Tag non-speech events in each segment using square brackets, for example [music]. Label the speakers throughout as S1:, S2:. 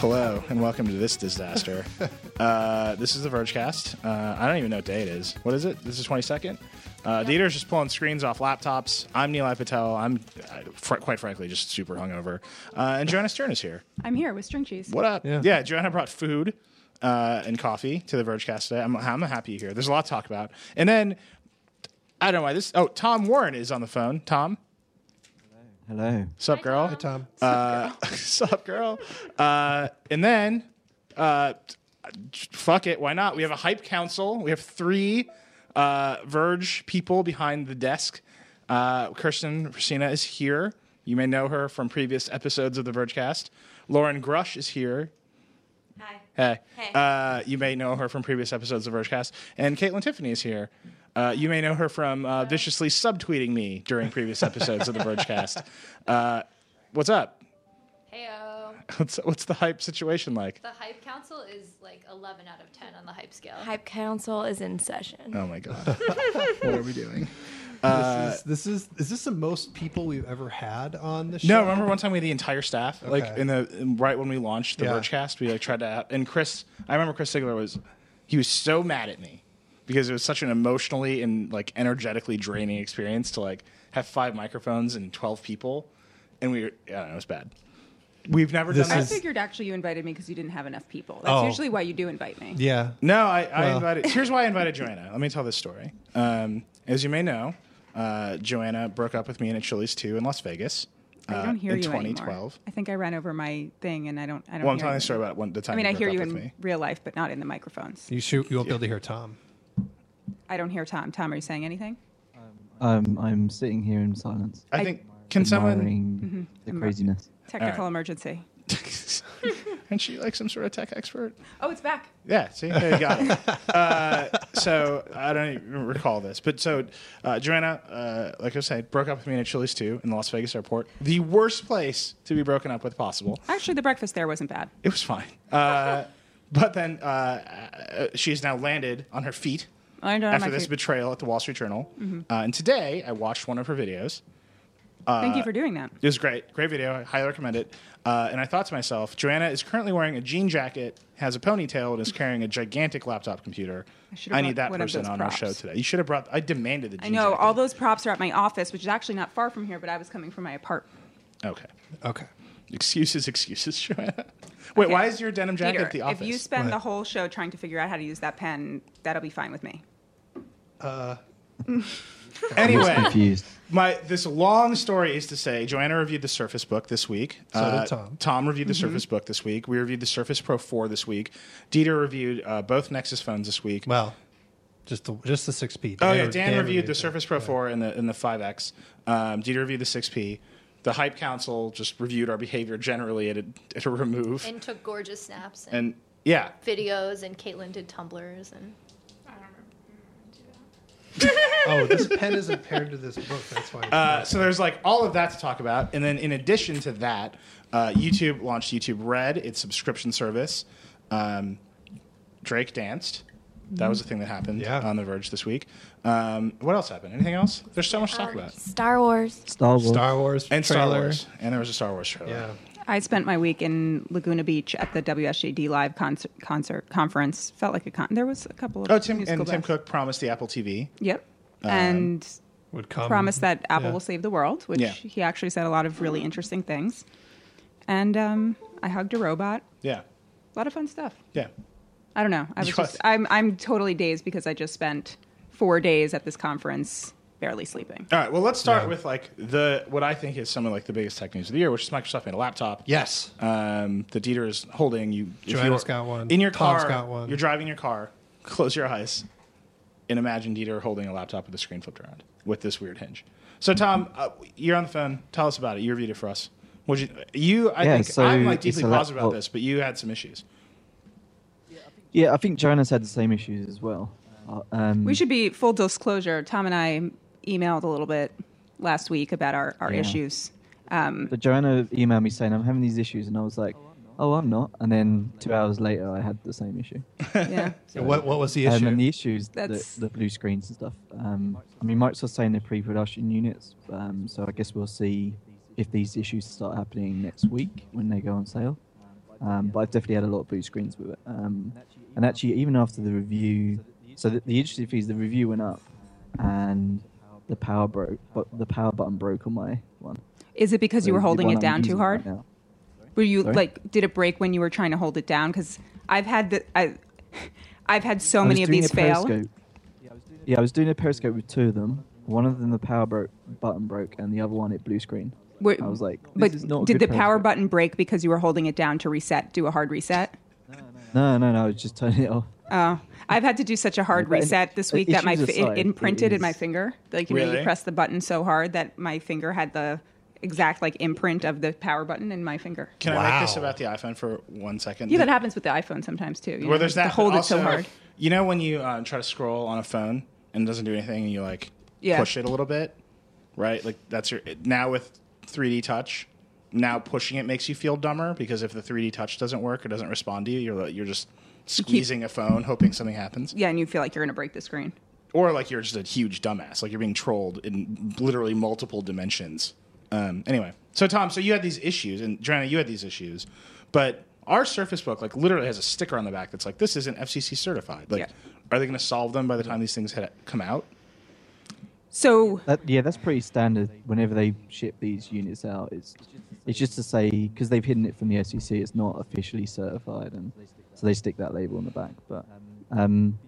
S1: Hello and welcome to this disaster. uh, this is the Vergecast. Uh, I don't even know what day it is. What is it? This is twenty second. Uh, Dieter's just pulling screens off laptops. I'm Neil Patel. I'm uh, fr- quite frankly just super hungover. Uh, and Joanna Stern is here.
S2: I'm here with string cheese.
S1: What up? Yeah,
S3: Yeah.
S1: Joanna brought food uh, and coffee to the Vergecast today. I'm, I'm happy you're here. There's a lot to talk about. And then I don't know why this. Oh, Tom Warren is on the phone. Tom,
S3: Hello.
S1: sup, girl?
S3: Tom.
S1: Uh, [laughs] Sup, girl? Uh, and then, uh, fuck it, why not? We have a hype council. We have three uh, Verge people behind the desk. Uh, Kirsten Racina is here. You may know her from previous episodes of the Vergecast. Lauren Grush is here.
S4: Hi.
S1: Hey.
S4: Hey.
S1: Uh, you may know her from previous episodes of Vergecast. And Caitlin Tiffany is here. Uh, you may know her from uh, viciously subtweeting me during previous episodes of the Vergecast. Uh, what's up? [laughs]
S4: Heyo.
S1: What's, what's the hype situation like?
S5: The hype council is like 11 out of 10 on the hype scale.
S4: Hype Council is in session.
S1: Oh my god, what are we doing?
S6: this, is, this is is this the most people we've ever had on the show?
S1: No, remember one time we had the entire staff, like
S6: Okay.
S1: in the in- right when we launched the
S6: Yeah.
S1: Vergecast, we like tried to have, and Chris, I remember Chris Sigler was he was so mad at me because it was such an emotionally and like energetically draining experience to like have five microphones and twelve people, and we were, I don't know, it was bad. We've never
S6: This
S1: done
S2: I
S6: is-
S1: that.
S2: figured actually you invited me because you didn't have enough people. That's
S6: Oh.
S2: usually why you do invite me.
S6: Yeah.
S1: No, I, I
S6: Well.
S1: invited. Here's why I invited Joanna. Let me tell this story. Um, as you may know, uh, Joanna broke up with me and at Chili's too in Las Vegas.
S2: I
S1: uh,
S2: don't hear
S1: in
S2: you
S1: 2012.
S2: anymore. I think I ran over my thing and I don't. I don't.
S1: Well, I'm
S2: hear
S1: telling
S2: you.
S1: a story about one, the time.
S2: I mean,
S1: you
S2: I
S1: broke
S2: hear
S1: up
S2: you in
S1: with me.
S2: real life, but not in the microphones.
S6: You shoot. You won't be able to hear Tom.
S2: I don't hear Tom. Tom, are you saying anything?
S3: Um, I'm sitting here in silence,
S1: I,
S2: I-
S1: think. Uh, Can
S2: [laughs]
S1: someone?
S2: Mm-hmm.
S3: admiring the craziness.
S2: Technical emergency.
S1: [laughs] Aren't you like some sort of tech expert?
S2: Oh, it's back.
S1: Yeah. See, there you
S2: [laughs]
S1: got it. uh, so I don't even recall this, but so uh, Joanna, uh, like I said, broke up with me in a Chili's too in the Las Vegas airport, the worst place to be broken up with possible.
S2: Actually, the breakfast there wasn't bad.
S1: It was fine. Uh, [laughs] but then uh, uh, she has now landed on her feet
S2: I don't
S1: after
S2: my Mm-hmm.
S1: this
S2: food.
S1: betrayal at the Wall Street Journal. Uh, and today I watched one of her videos.
S2: Thank
S1: Uh,
S2: you for doing that.
S1: It was great. Great video. I highly recommend it. Uh, and I thought to myself, Joanna is currently wearing a jean jacket, has a ponytail, and is carrying a gigantic laptop computer.
S2: I should've
S1: I,
S2: brought
S1: need that
S2: one of
S1: person
S2: those
S1: on our show
S2: props.
S1: today. You should have brought. I demanded the jean
S2: I know
S1: jacket.
S2: all those props are at my office, which is actually not far from here, but I was coming from my apartment.
S1: Okay.
S6: Okay.
S1: Excuses, excuses, [laughs] Joanna. Wait,
S2: Okay.
S1: why is your denim jacket at the office?
S2: if you spend
S6: What?
S2: the whole show trying to figure out how to use that pen, that'll be fine with me.
S1: anyway.
S6: [laughs]
S3: Confused.
S1: My this long story is to say, Joanna reviewed the Surface Book this week. Uh,
S6: So did Tom.
S1: Tom reviewed the
S2: Mm-hmm.
S1: Surface Book this week. We reviewed the Surface Pro 4 this week. Dieter reviewed uh, both Nexus phones this week.
S6: Well, just the just the six P.
S1: oh yeah, Dan, reviewed, the Surface Pro 4 and the and the 5X. Um, Dieter reviewed the 6P. The Hype Council just reviewed our behavior generally at a, at a remove and,
S5: and took gorgeous snaps and,
S1: yeah.
S5: videos, and Caitlin did tumblers. And
S6: Oh, this pen isn't paired to this book. That's why.
S1: Uh, so there's like all of that to talk about, and then in addition to that, uh, YouTube launched YouTube Red, its subscription service. Um, Drake danced. That was the thing that happened
S6: Yeah.
S1: on The Verge this week. Um, what else happened? Anything else? There's so much to talk about.
S4: Star Wars.
S3: Star Wars.
S6: Star Wars
S1: And Star
S6: trailer.
S1: Wars. And there was a Star Wars trailer.
S6: Yeah.
S2: I spent my week in Laguna Beach at the WSJD Live concert, concert conference. Felt like a con. There was a couple of
S1: Oh, Tim
S2: musical
S1: and Tim
S2: bands.
S1: Cook Um, promised the Apple TV.
S2: Yep, and
S6: Would come.
S2: promised that Apple
S6: yeah.
S2: will save the world, which
S1: Yeah.
S2: he actually said a lot of really interesting things. And um, I hugged a robot.
S1: Yeah.
S2: A lot of fun stuff.
S1: Yeah.
S2: I don't know. I was
S1: Yes.
S2: just, I'm I'm totally dazed because I just spent four days at this conference, barely sleeping.
S1: All right. Well, let's start
S6: Yeah.
S1: with like the what I think is some of like the biggest tech news of the year, which is Microsoft made a laptop.
S6: Yes.
S1: um, that Dieter is holding. You, if
S6: Joanna's
S1: you're-
S6: got one.
S1: In your
S6: Tom's
S1: car,
S6: got one.
S1: you're driving your car. Close your eyes and imagine Dieter holding a laptop with the screen flipped around with this weird hinge. So, Tom, uh, you're on the phone. Tell us about it. You reviewed it for us. Would you? You, I
S3: Yeah,
S1: think
S3: so
S1: I'm like
S3: it's
S1: deeply
S3: a
S1: positive about
S3: laptop.
S1: this, but you had some issues.
S3: Yeah, I think Joanna's had the same issues as well. Uh, um,
S2: We should be full disclosure. Tom and I emailed a little bit last week about our, our
S3: Yeah.
S2: issues. Um,
S3: but Joanna emailed me saying I'm having these issues, and I was like, "Oh, I'm not." And then two hours later, I had the same issue.
S2: Yeah.
S3: So-
S6: what What was the
S3: Um,
S6: issue?
S3: and the issues, the,
S2: That's-
S3: the blue screens and stuff. Um, I mean, Microsoft's saying they're pre-production units, um, so I guess we'll see if these issues start happening next week when they go on sale. um, but I've definitely had a lot of blue screens with it. Um, and actually, even after the review, so the, the interesting thing is the review went up, and the power broke, but the power button broke on my one.
S2: Is it because you
S3: So
S2: were
S3: the
S2: holding
S3: one
S2: it
S3: I'm
S2: down too
S3: using right
S2: hard?
S3: now.
S2: Were you
S3: Sorry?
S2: like did it break when you were trying to hold it down? Because I've had the I, I've had so
S3: I was
S2: many of
S3: doing
S2: these
S3: a
S2: fail.
S3: periscope. Yeah, I was doing a periscope with two of them. One of them, the power broke, button broke, and the other one, it blue screen.
S2: Were-
S3: I was like, this
S2: but
S3: is not a
S2: did
S3: good
S2: the power
S3: periscope.
S2: button break because you were holding it down to reset, do a hard reset?
S3: No, no, no. I was just turning it off.
S2: Oh, I've had to do such a hard
S3: but in-
S2: reset this week
S3: uh,
S2: that my
S3: issues
S2: fi- it
S3: aside, it
S2: imprinted in my
S3: is-
S2: finger. Like you know,
S1: Really?
S2: you press the button so hard that my finger had the exact like imprint of the power button in my finger.
S1: Can I make this
S6: Wow.
S1: about the iPhone for one second?
S2: Yeah,
S1: The-
S2: that happens with the iPhone sometimes too. you know,
S1: Well, there's
S2: to
S1: that. but
S2: hold it so
S1: also,
S2: hard.
S1: You know when you uh, try to scroll on a phone and it doesn't do anything, and you like
S2: Yeah.
S1: push it a little bit, right? Like that's your now with 3D Touch. Now pushing it makes you feel dumber because if the 3D Touch doesn't work or doesn't respond to you, you're you're just squeezing a phone hoping something happens,
S2: Yeah, and you feel like you're gonna break the screen.
S1: or like you're just a huge dumbass, like you're being trolled in literally multiple dimensions. Um, anyway, so Tom, so you had these issues, and Joanna, you had these issues, but our Surface Book like literally has a sticker on the back that's like, "This isn't FCC certified." Like,
S2: Yeah.
S1: are they going to solve them by the time these things had come out?
S2: So
S3: That, yeah, that's pretty standard. Whenever they ship these units out, it's it's just to say because they've hidden it from the SEC, it's not officially certified, and so they stick that label on the back. But um,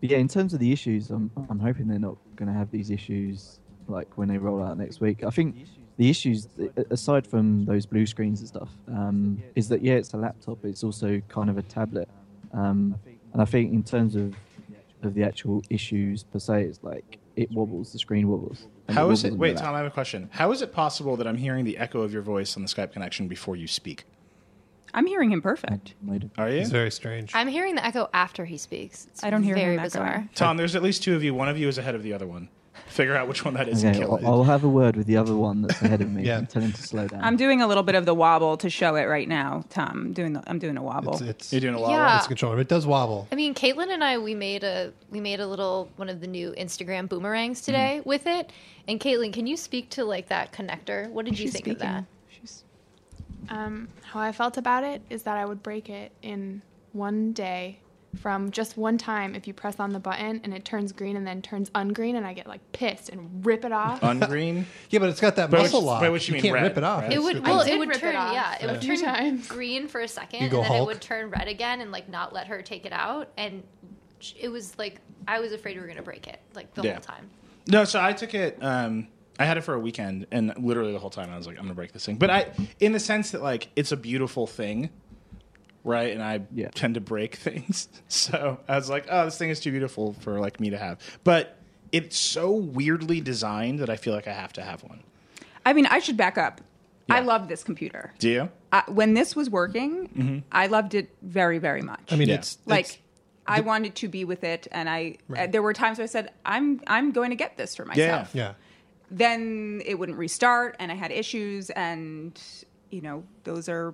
S3: but yeah, in terms of the issues, I'm I'm hoping they're not going to have these issues like when they roll out next week. I think the issues, a- aside from those blue screens and stuff, um, is that yeah, it's a laptop. It's also kind of a tablet, um, and I think in terms of of the actual issues per se, it's like it wobbles. The screen wobbles. and
S1: How is it?
S3: wobbles
S1: Wait,
S3: and all
S1: Tom, I have a question. How is it possible that I'm hearing the echo of your voice on the Skype connection before you speak?
S2: I'm hearing him perfect.
S3: that.
S1: Are you?
S6: It's very strange.
S5: I'm hearing the echo after he speaks. It's
S2: I don't hear
S5: very
S2: him echoing.
S5: bizarre.
S1: Tom, there's at least two of you. One of you is ahead of the other one. Figure out which one that is and
S3: Okay,
S1: kill
S3: I'll,
S1: it.
S3: I'll have a word with the other one that's
S1: [laughs]
S3: ahead of me
S6: Yeah.
S3: and tell him to slow down.
S2: I'm doing a little bit of the wobble to show it right now, Tom. I'm doing the, I'm doing a wobble.
S6: It's, it's,
S1: You're
S6: it's
S1: doing a lot.
S5: Yeah.
S6: a controller. It does wobble.
S5: I mean, Caitlin and I we made a we made a little one of the new Instagram boomerangs today with it. And Caitlin, can you speak to like that connector? What did you
S2: She's
S5: think of
S2: speaking.
S5: that?
S2: She's
S7: Um, how I felt about it is that I would break it in one day from just one time if you press on the button and it turns green and then turns ungreen and I get like pissed and rip it off.
S1: Ungreen.
S6: Yeah, but it's got that
S1: By which-
S6: muscle lock.
S1: by which you mean
S6: can't
S1: red,
S6: rip it off.
S1: right?
S5: It
S6: It's-
S5: would
S6: it's-
S5: well,
S7: I did
S5: it would
S7: rip it
S5: turn
S7: off.
S5: yeah, it would
S7: Two
S5: turn
S7: times.
S5: green for a second,
S6: You
S5: and
S6: go
S5: then it
S6: Hulk?
S5: would turn red again, and like not let her take it out. And sh- it was like I was afraid we were gonna break it like the
S1: Yeah.
S5: whole time.
S1: No, so I took it. Um, I had it for a weekend, and literally the whole time I was like, "I'm gonna break this thing." But I, in the sense that like it's a beautiful thing, right? And I
S3: Yeah.
S1: tend to break [laughs] things, so I was like, "Oh, this thing is too beautiful for like me to have." But it's so weirdly designed that I feel like I have to have one.
S2: I mean, I should back up. I
S1: Yeah.
S2: love this computer.
S1: Do you?
S2: I, when this was working, I loved it very, very much.
S6: Mm-hmm. I mean,
S1: Yeah.
S6: it's
S2: like
S6: it's-
S2: I wanted to be with it, and I uh, there were times where I said, "I'm I'm going to get this for
S1: Yeah.
S2: myself."
S6: yeah.
S2: Then it wouldn't restart, and I had issues, and you know those are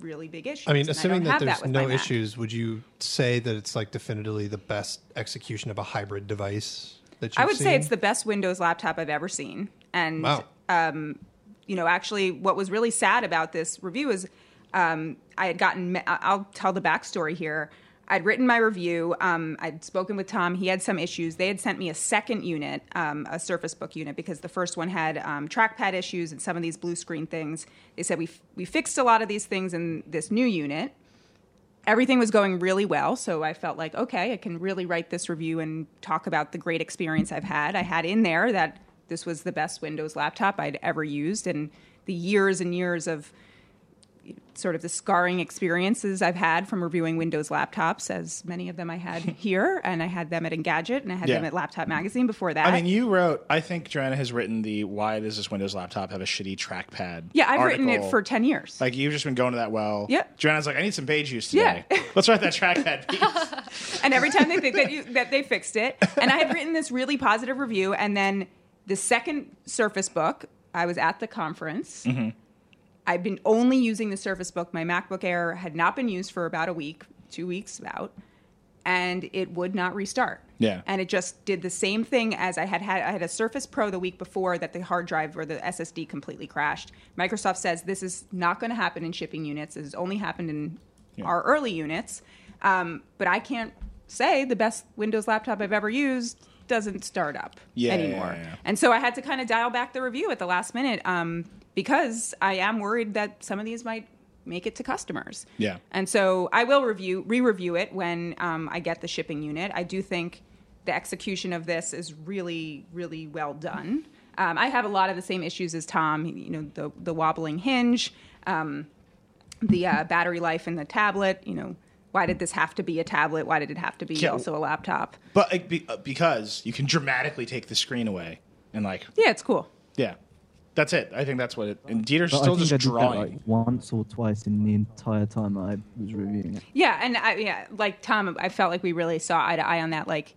S2: really big issues.
S6: I mean,
S2: and
S6: assuming
S2: don't
S6: that
S2: have
S6: there's
S2: with
S6: no
S2: my Mac.
S6: issues, would you say that it's like definitively the best execution of a hybrid device that you've
S2: I would
S6: seen?
S2: say it's the best Windows laptop I've ever seen, and
S6: wow.
S2: you know, actually, what was really sad about this review is um, I had gotten, ma- I- I'll tell the backstory here. I'd written my review. Um, I'd spoken with Tom. He had some issues. They had sent me a second unit, um, a Surface Book unit, because the first one had um, trackpad issues and some of these blue screen things. They said, we, f- we fixed a lot of these things in this new unit everything was going really well so i felt like okay i can really write this review and talk about the great experience i've had i had in there that this was the best windows laptop i'd ever used and the years and years of sort of the scarring experiences i've had from reviewing windows laptops as many of them
S1: [laughs]
S2: i had here and i had them at engadget and i had
S1: Yeah.
S2: them at laptop magazine before that
S1: I mean, you wrote. I think Joanna has written the "Why does this Windows laptop have a shitty trackpad?"
S2: yeah i've written
S1: article.
S2: it for 10 years
S1: Like you've just been going to that well.
S2: Yeah.
S1: Joanna's like, I need some beige juice
S2: Yeah.
S1: today. [laughs] Let's write that trackpad.
S2: [laughs]
S1: piece."
S2: and every time they think that you that they fixed it and i had written this really positive review and then the second surface book i was at the conference i'd been only using the surface book my macbook air had not been used for about a week two weeks about and it would not restart
S1: Yeah.
S2: and it just did the same thing as i had had i had a surface pro the week before that the hard drive or the ssd completely crashed microsoft says this is not going to happen in shipping units it has only happened in our early units. Um, but I can't say the best Windows laptop I've ever used doesn't start up
S1: Yeah,
S2: anymore.
S1: yeah, yeah.
S2: And so I had to kind of dial back the review at the last minute um, because I am worried that some of these might make it to customers.
S1: Yeah.
S2: And so I will review, re-review it when um, I get the shipping unit. I do think the execution of this is really, really well done. Um, I have a lot of the same issues as Tom. You know, the the wobbling hinge, um, the uh, battery life in the tablet. You know, why did this have to be a tablet? Why did it have to be
S1: Yeah.
S2: also a laptop?
S1: But it be, uh, because you can dramatically take the screen away and like,
S2: Yeah, it's cool.
S1: yeah, that's it. I think that's what it. And Dieter's
S3: But I
S1: still
S3: think
S1: just
S3: I did that,
S1: drawing.
S3: like, once or twice in the entire time that I was reviewing it.
S2: Yeah, and I, yeah, like Tom, I felt like we really saw eye to eye on that. Like,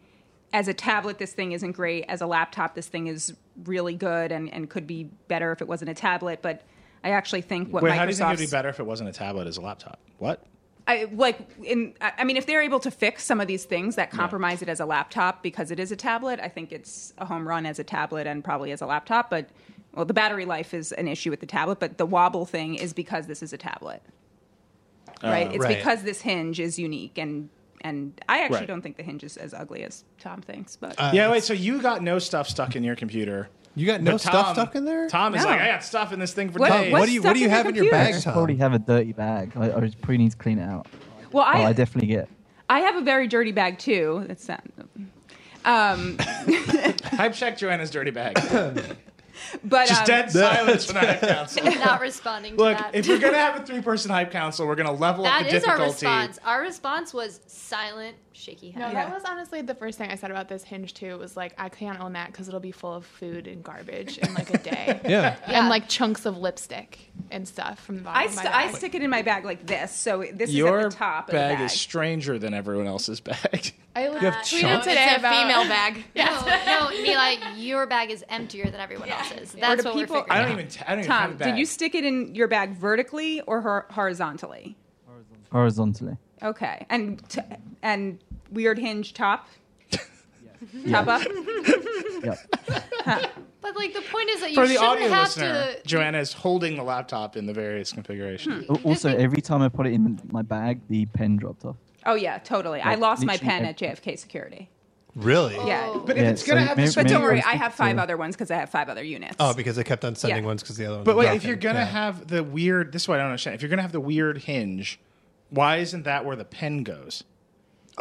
S2: as a tablet, this thing isn't great. As a laptop, this thing is really good and, and could be better if it wasn't a tablet. But I actually think what
S1: Wait,
S2: Microsoft's
S1: how do you think it'd be better if it wasn't a tablet as a laptop? What?
S2: I, like in I I mean, if they're able to fix some of these things that compromise it as a laptop because it is a tablet, I think it's a home run as a tablet and probably as a laptop. But well, the battery life is an issue with the tablet, but the wobble thing is because this is a tablet,
S1: Uh,
S2: right? it's
S6: Right.
S2: because this hinge is unique and and I actually
S1: Right. Uh,
S2: don't think the hinge is as ugly as Tom thinks, but
S1: yeah, wait. So you got no stuff stuck in your computer.
S6: You got no
S1: But
S6: stuff
S1: Tom-
S6: stuck in there?
S1: Tom is
S2: No.
S1: like, I got stuff in this thing for
S2: What-
S1: days.
S6: what
S2: what's
S6: do you
S2: stuck
S6: what do you
S2: in your
S6: have in your
S2: computer?
S1: Uh-huh.
S6: bag, Tom?
S3: Probably have a dirty bag. I, I just probably need to clean it out.
S2: well,
S3: But
S2: I,
S3: oh, I definitely get.
S2: I have a very dirty bag too. uh, That's not. Um,
S1: I've checked Joanna's dirty
S2: [laughs]
S1: bag.
S2: but
S1: Just
S2: um,
S1: dead
S6: [laughs]
S1: silence when I have counsel.
S5: Not responding to
S1: Look,
S5: that.
S1: if we're gonna have a three-person hype council, we're gonna level
S5: that
S1: up the
S5: is our
S1: difficulty.
S5: response. Our response was silent, shaky
S7: No,
S5: head.
S2: Yeah.
S7: that was honestly the first thing I said about this hinge too. Was like, I can't own that because it'll be full of food and garbage in like a [laughs] day,
S6: Yeah.
S5: Yeah.
S7: and like chunks of lipstick and stuff from the bottom.
S2: I,
S7: of my
S2: st- I
S7: bag.
S2: stick it in my bag like this, so this is
S1: Your
S2: at the top of the
S1: bag
S2: bag.
S1: is stranger than everyone else's bag. [laughs]
S7: I was
S6: have
S7: tweeted
S6: chunks.
S7: today
S8: it's a
S7: about
S5: [laughs]
S8: female bag.
S5: No, no, Neela, your bag is emptier than everyone else's. That's
S2: do
S5: what we're
S2: people-
S5: figuring
S1: I don't
S5: out.
S1: even. T- I don't even have a
S2: Tom,
S1: bag.
S2: did you stick it in your bag vertically or hor- horizontally?
S1: [laughs]
S3: Horizontally.
S2: Okay, and t- and weird hinge top,
S1: [laughs]
S2: top up.
S3: Yep.
S5: But like the point is that you
S1: For the
S5: shouldn't
S1: audio
S5: have
S1: listener,
S5: to.
S1: Joanna is holding the laptop in the various configurations.
S3: Al- Also, every time I put it in my bag, the pen dropped off.
S2: Oh yeah, totally. I
S3: Like,
S2: lost my
S3: literally
S2: pen
S3: ev-
S2: at JFK security.
S6: Really?
S2: Yeah,
S5: Oh.
S2: but,
S1: But if
S3: Yeah,
S1: it's gonna
S3: so
S1: have
S3: maybe-
S1: a
S3: maybe-
S2: don't
S1: special,
S2: worry,
S3: it's
S2: I have
S3: good
S2: five
S3: to-
S2: other ones because I have five other units.
S6: Oh, because they kept on sending
S2: Yeah.
S6: ones because the other ones.
S1: but wait,
S6: dropped
S1: if you're
S6: it.
S1: gonna
S6: Yeah.
S1: have the weird, this is what I don't understand. If you're gonna have the weird hinge, why isn't that where the pen goes?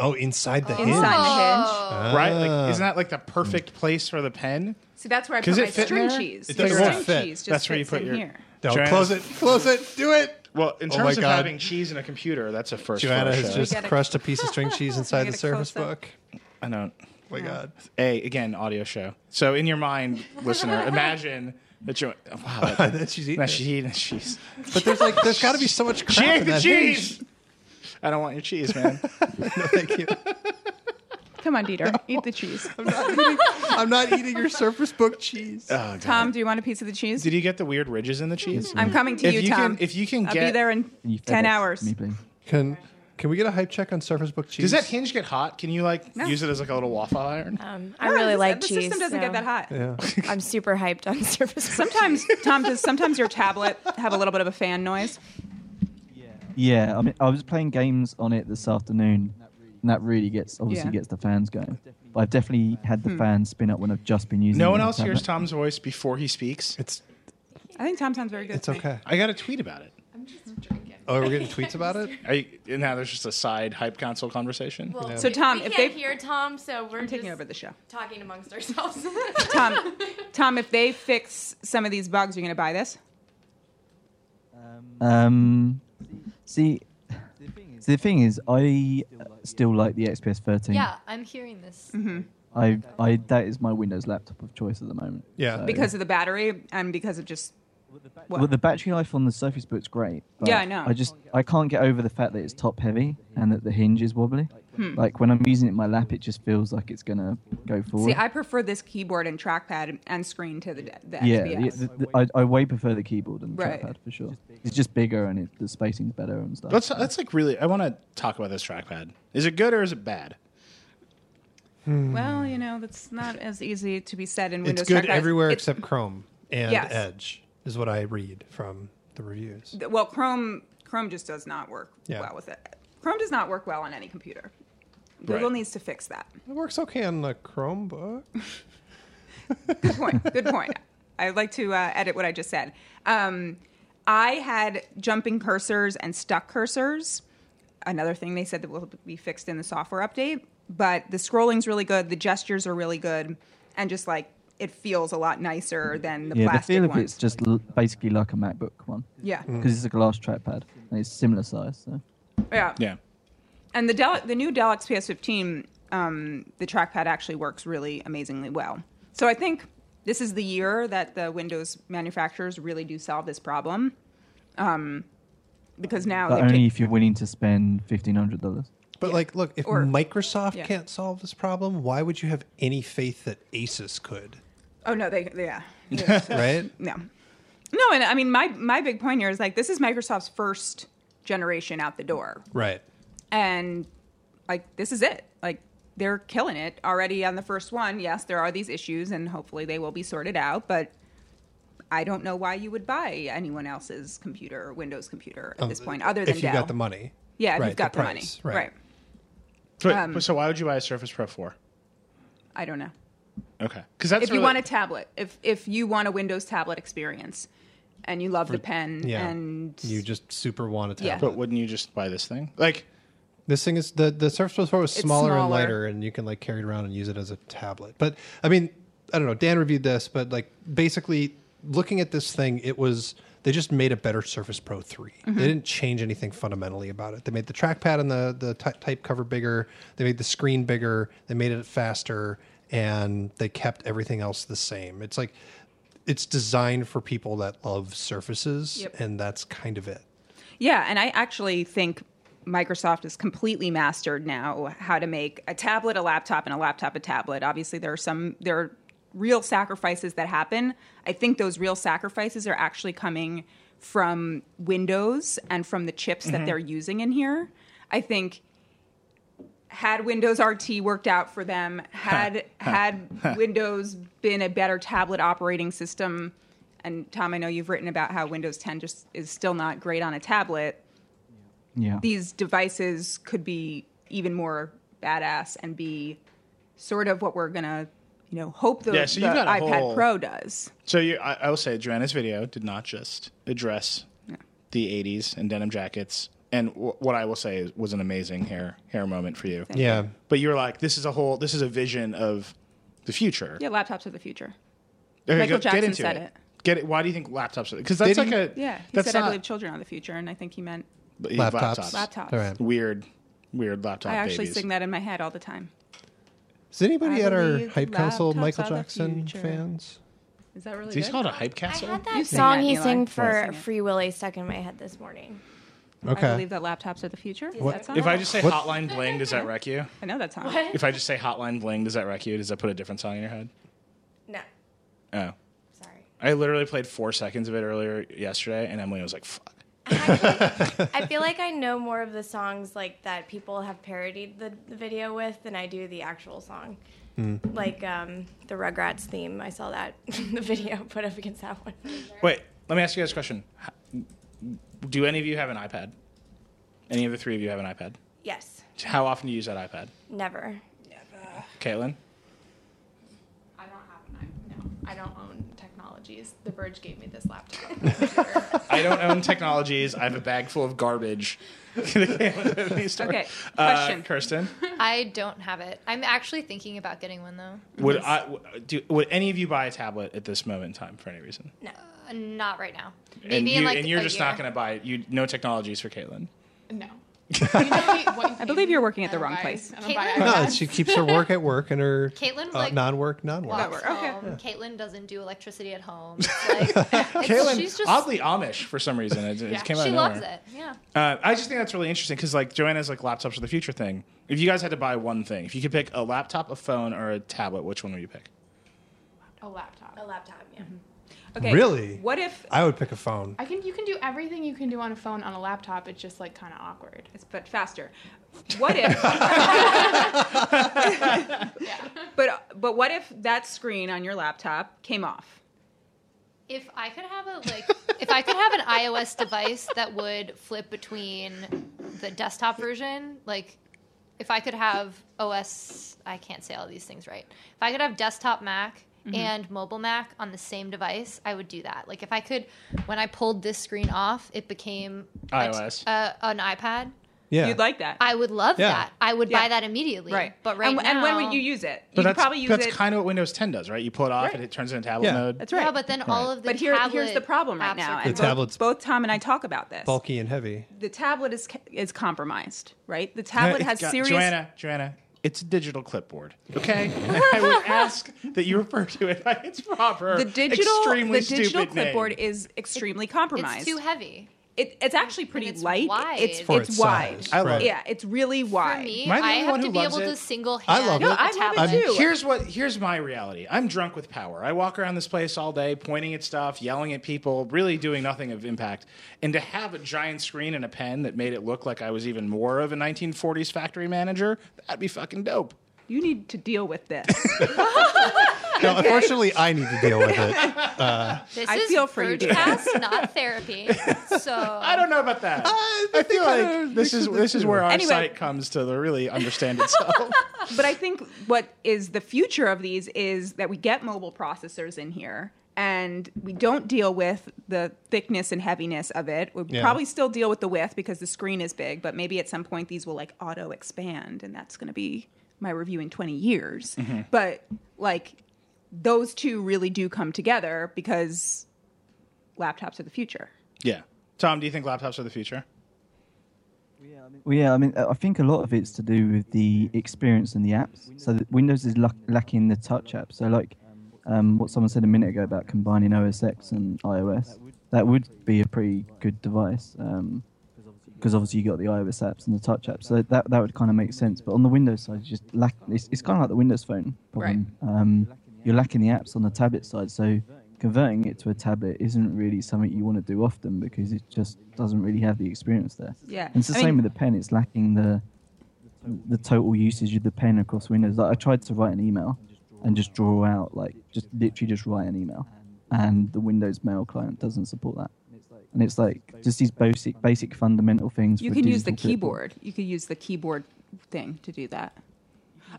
S6: oh inside the hinge,
S2: Inside the hinge.
S5: Oh.
S1: Right? Like,
S6: Ah.
S1: isn't that like the perfect place for the pen?
S2: See, that's where I put
S1: 'Cause
S2: my
S1: it fit in
S2: string
S1: there?
S2: cheese.
S6: It
S2: Your
S6: doesn't
S2: string
S6: fit.
S2: cheese just
S1: That's where you
S2: fits
S1: put
S2: in
S1: your-
S2: here.
S6: no,
S1: Joanna-
S6: close it, close it, do it.
S1: Well, in
S6: Oh
S1: terms
S6: my
S1: of
S6: God.
S1: having cheese in a computer, that's a first.
S6: Joanna
S1: for our
S6: has
S1: show.
S6: just
S2: gotta-
S6: crushed
S2: [laughs]
S6: a piece of string cheese inside the
S2: gotta
S6: Surface
S2: close up.
S6: Book.
S1: I don't.
S6: Oh my God.
S1: A again, audio show. So in your mind, listener, imagine that
S6: [laughs]
S1: you. Wow, that-
S6: And then she's eating.
S1: that
S6: it.
S1: she's eating cheese.
S6: But there's like there's got to be so much crap
S1: She
S6: in
S1: ate the
S6: that
S1: cheese.
S6: hinge.
S1: I don't want your cheese, man.
S6: [laughs] No, thank you.
S2: Come on, Dieter, eat
S1: [laughs]
S2: the cheese.
S6: I'm not, eating, I'm not
S2: [laughs]
S6: eating your Surface Book cheese.
S2: Tom, do you want a piece of the
S1: [laughs]
S2: cheese?
S1: Did you get the weird ridges in the cheese?
S2: I'm coming to
S1: if
S2: you,
S1: you
S2: Tom.
S1: can, if you can
S2: I'll
S1: get,
S2: be there in
S3: Can you
S2: ten
S3: FedEx
S2: hours.
S3: Me, please.
S6: Can can we get a hype check on Surface Book cheese?
S1: does that hinge get hot? Can you like use it as like a little waffle iron?
S8: Um, I
S2: No,
S8: really
S2: the-
S8: like
S2: the
S8: cheese.
S2: system doesn't get
S8: so
S2: that hot.
S6: Yeah.
S8: [laughs] I'm super hyped on Surface. Book.
S2: Sometimes,
S8: [laughs]
S2: Tom, does sometimes your tablet have a little bit of a fan noise?
S3: Yeah, I mean, I was playing games on it this afternoon, and that really gets obviously
S2: Yeah.
S3: gets the fans going. But I've definitely had
S5: Hmm.
S3: the fans spin up when I've just been using.
S1: No
S3: it
S1: one
S3: on
S1: else
S3: the
S1: hears
S3: tablet.
S1: Tom's voice before he speaks.
S6: It's
S2: I think Tom sounds very good.
S6: it's
S2: to me.
S6: okay.
S1: I got a tweet about it.
S6: Oh, we're getting tweets about it.
S1: Are you, and now there's just a side hype console conversation.
S8: Well,
S2: So, Tom,
S8: we
S2: if
S8: can't
S2: they
S8: hear Tom, so we're
S2: I'm
S8: just
S2: taking over the show,
S8: talking amongst ourselves.
S2: [laughs] Tom, Tom, if they fix some of these bugs, you're going to buy this.
S3: Um, see, the thing is, I uh, still like the XPS 13.
S5: Yeah, I'm hearing this.
S3: Mm-hmm. I, I that is my Windows laptop of choice at the moment.
S6: [laughs] Oh, Yeah.
S2: Because of the battery and because of just
S3: Well, the battery life on the Surface Book's great. but
S2: Yeah, I know.
S3: I just I can't get over the fact that it's top heavy and that the hinge is wobbly. Like when I'm using it in my lap, it just feels like it's gonna go forward.
S2: see, I prefer this keyboard and trackpad and screen to the the
S3: yeah,
S2: XPS.
S3: yeah, th- th- I, I way prefer the keyboard and the
S2: Right.
S3: trackpad for sure. It's just bigger and it, the spacing's better and stuff.
S1: Let's that's like really. I want to talk about this trackpad. Is it good or is it bad?
S2: Well, you know that's not as easy to be said in Windows.
S6: It's good
S2: trackpads.
S6: everywhere
S2: It's-
S6: except Chrome and
S2: Yes.
S6: Edge is what I read from the reviews.
S2: well, Chrome Chrome just does not work
S6: Yeah.
S2: well with it. Chrome does not work well on any computer. Google
S1: Right.
S2: needs to fix that.
S6: It works okay on the Chromebook.
S2: Good point. Good point. I'd like to uh, edit what I just said. Um, I had jumping cursors and stuck cursors. Another thing they said that will be fixed in the software update. But the scrolling's really good. The gestures are really good, and just like it feels a lot nicer than the
S3: yeah, the
S2: plastic
S3: feel of
S2: ones.
S3: it's just l- basically like a MacBook one
S2: yeah,
S3: because it's a glass trackpad and it's similar size. So
S2: yeah,
S1: Yeah.
S2: And the Del- the new Dell XPS 15, um, the trackpad actually works really amazingly well. So I think this is the year that the Windows manufacturers really do solve this problem, um, because now
S3: but
S2: they've
S3: only
S2: taken-
S3: if you're willing to spend fifteen hundred dollars.
S6: But like, look, if
S2: Or-
S6: Microsoft
S2: yeah.
S6: can't solve this problem, why would you have any faith that Asus could?
S2: [laughs] oh no, they yeah, yeah.
S6: Right?
S2: no, no. And I mean, my my big point here is like this is Microsoft's first generation out the door.
S6: right.
S2: and like this is it like they're killing it already on the first one yes there are these issues and hopefully they will be sorted out but i don't know why you would buy anyone else's computer or windows computer at this point other than
S6: Um, if you
S2: Dell.
S6: got the money.
S2: yeah if
S6: Right,
S2: you've got the, money
S6: price,
S2: right.
S1: So,
S2: Um,
S1: so why would you buy a Surface Pro 4?
S2: i don't know
S1: Okay. Because that's
S2: if you
S1: really-
S2: want a tablet if if you want a windows tablet experience and you love the pen
S6: Yeah.
S2: and
S6: you just super want to
S2: Yeah.
S6: tablet.
S1: But wouldn't you just buy this thing? Like,
S6: This thing is the the Surface Pro 4 is
S2: It's
S6: smaller, and
S2: smaller.
S6: lighter, and you can like carry it around and use it as a tablet. But I mean, I don't know. Dan reviewed this, but like basically looking at this thing, it was they just made a better Surface Pro 3.
S2: Mm-hmm.
S6: They didn't change anything fundamentally about it. They made the trackpad and the the ty- type cover bigger. They made the screen bigger. They made it faster, and they kept everything else the same. It's like it's designed for people that love surfaces,
S2: Yep.
S6: and that's kind of it.
S2: Yeah, and I actually think Microsoft has completely mastered now how to make a tablet a laptop and a laptop a tablet. Obviously, there are some there are real sacrifices that happen. I think those real sacrifices are actually coming from Windows and from the chips that they're using in here. I think had Windows RT worked out for them, had had Windows been a better tablet operating system, and Tom, I know you've written about how Windows 10 just is still not great on a tablet.
S3: Yeah,
S2: These devices could be even more badass and be sort of what we're gonna, you know, hope the,
S1: Yeah, so
S2: the
S1: you've got a
S2: iPad
S1: whole-
S2: Pro does.
S1: so you, I, I will say, Joanna's video did not just address the 80s and denim jackets. And w- what I will say is, was an amazing hair hair moment for you.
S6: Yeah.
S1: But you were like, this is a whole, this is a vision of the future.
S2: Yeah, laptops of the future.
S1: Okay,
S2: Michael
S1: go-
S2: Jackson
S1: into
S2: said it.
S1: Get it? Why do you think laptops? Because that's
S6: Did
S1: like
S6: he?
S1: a
S2: Yeah, he
S1: That's
S2: said
S1: not
S2: I believe children are the future, and I think he meant
S1: yeah,
S6: Laptops.
S2: Laptops.
S6: All right.
S1: Weird, weird laptop.
S2: I actually
S1: babies.
S2: sing that in my head all the time.
S6: Is anybody
S2: I
S6: at our
S2: believe
S6: hype council
S2: laptops
S6: Michael
S2: are the
S6: Jackson
S2: future.
S6: fans?
S2: Is that really
S1: Is he
S2: good?
S1: called a hype
S4: I
S1: castle?
S4: had
S2: You
S4: that
S2: sing
S4: song
S2: that,
S4: he
S2: Eli.
S4: sang
S2: Yeah.
S4: for
S2: Sing it.
S4: Free Willy stuck in my head this morning.
S2: I
S6: Okay.
S2: believe that laptops are the future. Is
S4: What-
S2: that song?
S1: If I just say Hotline Bling, does that wreck you?
S2: I know that song.
S1: If I just say Hotline Bling, does that wreck you? Does that put a different song in your head?
S4: No,
S1: Oh,
S4: sorry.
S1: I literally played four seconds of it earlier yesterday, and Emily was like, "Fuck."
S4: Actually, I feel like I know more of the songs like that people have parodied the, the video with than I do the actual song. Like um, the Rugrats theme, I saw that [laughs] the video put up against that one.
S1: Wait, let me ask you guys a question. H- Do any of you have an iPad? Any of the three of you have an iPad?
S4: Yes,
S1: How often do you use that iPad,
S4: never.
S1: Caitlin?
S8: I don't have an iPhone. No, I don't own technologies. The Verge gave me this laptop.
S1: [laughs]
S8: Computer.
S1: I don't own technologies. I have a bag full of garbage. [laughs] okay,
S2: Okay, question.
S1: Kirsten,
S5: I don't have it. I'm actually thinking about getting one though.
S1: would I w- do? Would any of you buy a tablet at this moment in time for any reason?
S5: Uh, Not right now. Maybe
S1: and,
S5: in
S1: you,
S5: like
S1: and you're
S5: a
S1: just
S5: year.
S1: not going to buy it. You no technologies for Caitlin.
S8: no. You know what- what you
S2: I believe you're working
S8: I
S2: at the
S8: don't
S2: wrong
S8: buy-
S2: place.
S8: I don't buy
S5: Caitlin?
S8: iPads.
S6: No, she keeps her work at work and her
S5: Caitlin
S6: uh,
S5: like
S6: non-work, non-work.
S5: walks
S2: Not work, okay.
S5: home. Caitlin doesn't do electricity at home.
S1: [laughs]
S5: It's Like,
S1: Caitlin,
S5: Caitlin, she's just
S1: oddly Amish for some reason. It, it came out
S5: she
S1: of
S5: loves
S1: nowhere.
S5: it. Yeah.
S1: Uh, I just think that's really interesting because like Joanna's like laptops are the future thing. If you guys had to buy one thing, if you could pick a laptop, a phone, or a tablet, which one would you pick?
S8: A laptop.
S4: A laptop, yeah.
S2: Okay.
S6: Really?
S2: What if
S6: I would pick a phone.
S7: I can you can do everything you can do on a phone on a laptop. It's just like kind of awkward.
S2: it's but faster? What
S1: [laughs]
S2: if? [laughs] But but what if that screen on your laptop came off?
S5: If I could have a like, if if I could have an iOS device that would flip between the desktop version, like if I could have OS, I can't say all these things right. If I could have desktop Mac
S1: Mm-hmm.
S5: and mobile Mac on the same device, I would do that. Like if I could, when I pulled this screen off, it became a t-
S1: iOS.
S5: uh, an iPad.
S6: Yeah.
S2: You'd like that,
S5: I would love
S6: Yeah.
S5: that. I would
S2: Yeah.
S5: buy that immediately.
S2: right?
S5: But right
S2: and,
S5: now,
S2: and when would you use it?
S1: But
S2: you could
S1: that's,
S2: probably use
S1: that's
S2: it.
S1: kind of what Windows 10 does, right? You pull it off
S2: Right.
S1: and it turns into tablet
S6: Yeah.
S1: mode.
S2: that's right.
S5: Yeah, but then all of the
S2: but here, here's
S5: tablet
S2: the problem right
S5: apps
S2: now.
S5: are
S2: and
S6: The
S2: both-
S6: tablet's-
S2: both Tom and I talk about this.
S6: bulky and
S2: [laughs]
S6: heavy.
S2: the tablet is is compromised, right? The tablet
S1: It's
S2: has
S1: Uh, got-
S2: serious.
S1: Joanna, Joanna, it's a digital clipboard. Okay, [laughs] I
S2: [laughs]
S1: would ask that you refer to it by its proper,
S2: the digital,
S1: extremely
S2: the digital
S1: stupid name.
S2: clipboard is extremely compromised.
S5: It's too heavy.
S2: It- it's actually pretty
S5: it's
S2: light.
S5: wide.
S2: It's
S5: For
S2: it's
S6: its
S2: wide.
S6: size, I
S1: love right. it.
S2: yeah, it's really
S5: For
S2: wide.
S5: me,
S1: Am I the
S5: I
S1: only one
S5: have to
S1: who
S5: be
S1: loves
S5: able
S1: it?
S5: to single
S6: I
S5: hand.
S6: love
S2: no,
S6: it.
S2: I love
S1: [laughs]
S5: tablet.
S2: it too.
S1: Here's what. Here's my reality. I'm drunk with power. I walk around this place all day, pointing at stuff, yelling at people, really doing nothing of impact. And to have a giant screen and a pen that made it look like I was even more of a 1940s factory manager, that'd be fucking dope.
S2: you need to deal with this. [laughs]
S6: No, unfortunately, I need to deal with it.
S5: This
S2: [laughs] I
S5: is
S2: feel for you, dude. [laughs]
S5: Vergecast, not therapy. So
S1: I don't know about that. [laughs] I feel like this is this is where our
S2: Anyway.
S1: site comes to really understand [laughs] itself.
S2: but I think what is the future of these is that we get mobile processors in here and we don't deal with the thickness and heaviness of it. We
S6: Yeah.
S2: probably still deal with the width because the screen is big, but maybe at some point these will like auto expand and that's going to be my review in 20 years. But like those two really do come together because laptops are the future.
S1: yeah, Tom, do you think laptops are the future?
S3: Well, yeah, I mean, I think a lot of it's to do with the experience and the apps. So that Windows is lack- lacking the touch app. So like um, what someone said a minute ago about combining OS X and iOS, that would be a pretty good device. Um, because obviously you got the iOS apps and the touch apps, so that, that would kind of make sense. But on the Windows side, you just lack it's, it's kind of like the Windows Phone problem. Um, you're lacking the apps on the tablet side, so converting it to a tablet isn't really something you want to do often because it just doesn't really have the experience there.
S2: Yeah.
S3: And it's the
S2: I mean-
S3: same with the pen. It's lacking the the total usage of the pen across Windows. Like I tried to write an email and just draw out, like just literally just write an email, and the Windows Mail client doesn't support that. And it's like just these basic, basic fundamental things.
S2: You
S3: for
S2: can use the
S3: digital clipboard.
S2: keyboard. You could use the keyboard thing to do that.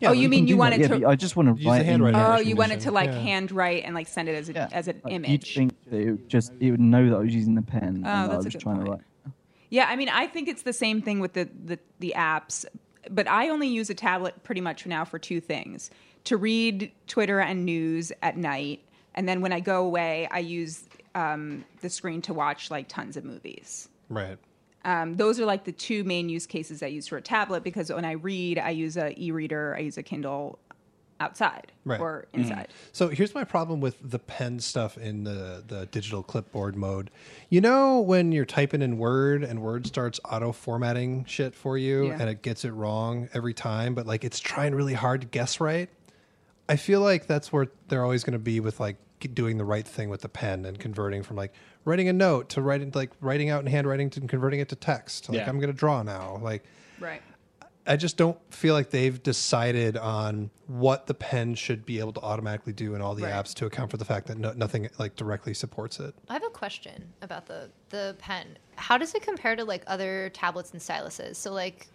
S6: Yeah,
S2: oh, you
S6: you
S2: mean
S3: can
S2: you
S3: do
S2: want it
S3: that, yeah,
S2: to
S3: but I just want
S6: Use
S3: to
S6: the
S3: write. in-
S6: handwriting.
S2: Oh,
S6: Yeah,
S2: you wanted to
S6: recommendation.
S2: like
S6: Yeah.
S2: handwrite and like send it as a, as an
S3: Like,
S2: image. Oh,
S3: You'd think that it would just it would know that I was using the pen. and that I
S2: that's a
S3: was
S2: good
S3: trying to
S2: point.
S3: write.
S2: yeah, I mean, I think it's the same thing with the the, the apps, but I only use a tablet pretty much now for two things: to read Twitter and news at night, and then when I go away, I use um, the screen to watch like tons of movies.
S6: Right.
S2: Um, those are like the two main use cases I use for a tablet because when I read, I use a e-reader, I use a Kindle outside
S6: Right. Mm-hmm.
S2: or inside.
S6: So here's my problem with the pen stuff in the, the digital clipboard mode. You know when you're typing in Word and Word starts auto formatting shit for you
S2: Yeah.
S6: and it gets it wrong every time, but like it's trying really hard to guess right. I feel like that's where they're always going to be with like doing the right thing with the pen and converting from like writing a note to writing like writing out in handwriting to converting it to text. Like
S1: Yeah.
S6: I'm going to draw now. Like
S2: Right.
S6: I just don't feel like they've decided on what the pen should be able to automatically do in all the
S2: Right.
S6: apps to account for the fact that no, nothing like directly supports it.
S5: I have a question about the the pen. How does it compare to like other tablets and styluses? So like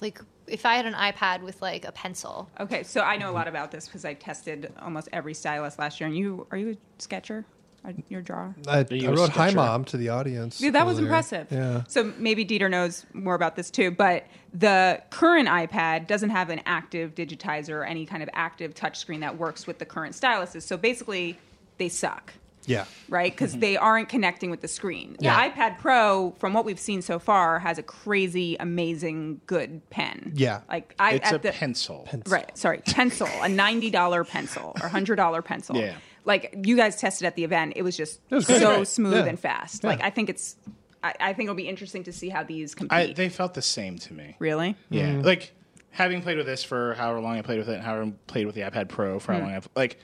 S5: like if I had an iPad with like a pencil,
S2: Okay, so I know a lot about this because I tested almost every stylus last year. And you are you a sketcher? Are- You're a drawer?
S6: I, I
S1: you a
S6: wrote "Hi,
S1: sketcher?"
S6: Mom" to the audience.
S2: Yeah, that was
S6: earlier.
S2: impressive.
S6: Yeah,
S2: So maybe Dieter knows more about this too, but the current iPad doesn't have an active digitizer or any kind of active touchscreen that works with the current styluses. So basically, they suck.
S6: yeah.
S2: right?
S1: Mm-hmm.
S2: Because they aren't connecting with the screen.
S6: Yeah.
S2: The iPad Pro, from what we've seen so far, has a crazy, amazing, good pen.
S6: Yeah.
S2: like I
S1: It's
S2: at
S1: a
S2: the,
S1: pencil.
S2: Right, sorry, pencil, a ninety dollar pencil or hundred dollar pencil.
S1: Yeah.
S2: like you guys tested at the event, it was just
S1: was great.
S2: so
S1: Great.
S2: smooth
S6: Yeah.
S2: and fast. Like I think it's, I, I think it'll be interesting to see how these compete.
S1: I, they felt the same to me.
S2: really,
S1: Yeah, like having played with this for however long I played with it, and however I played with the iPad Pro for how
S2: Hmm.
S1: long I've like,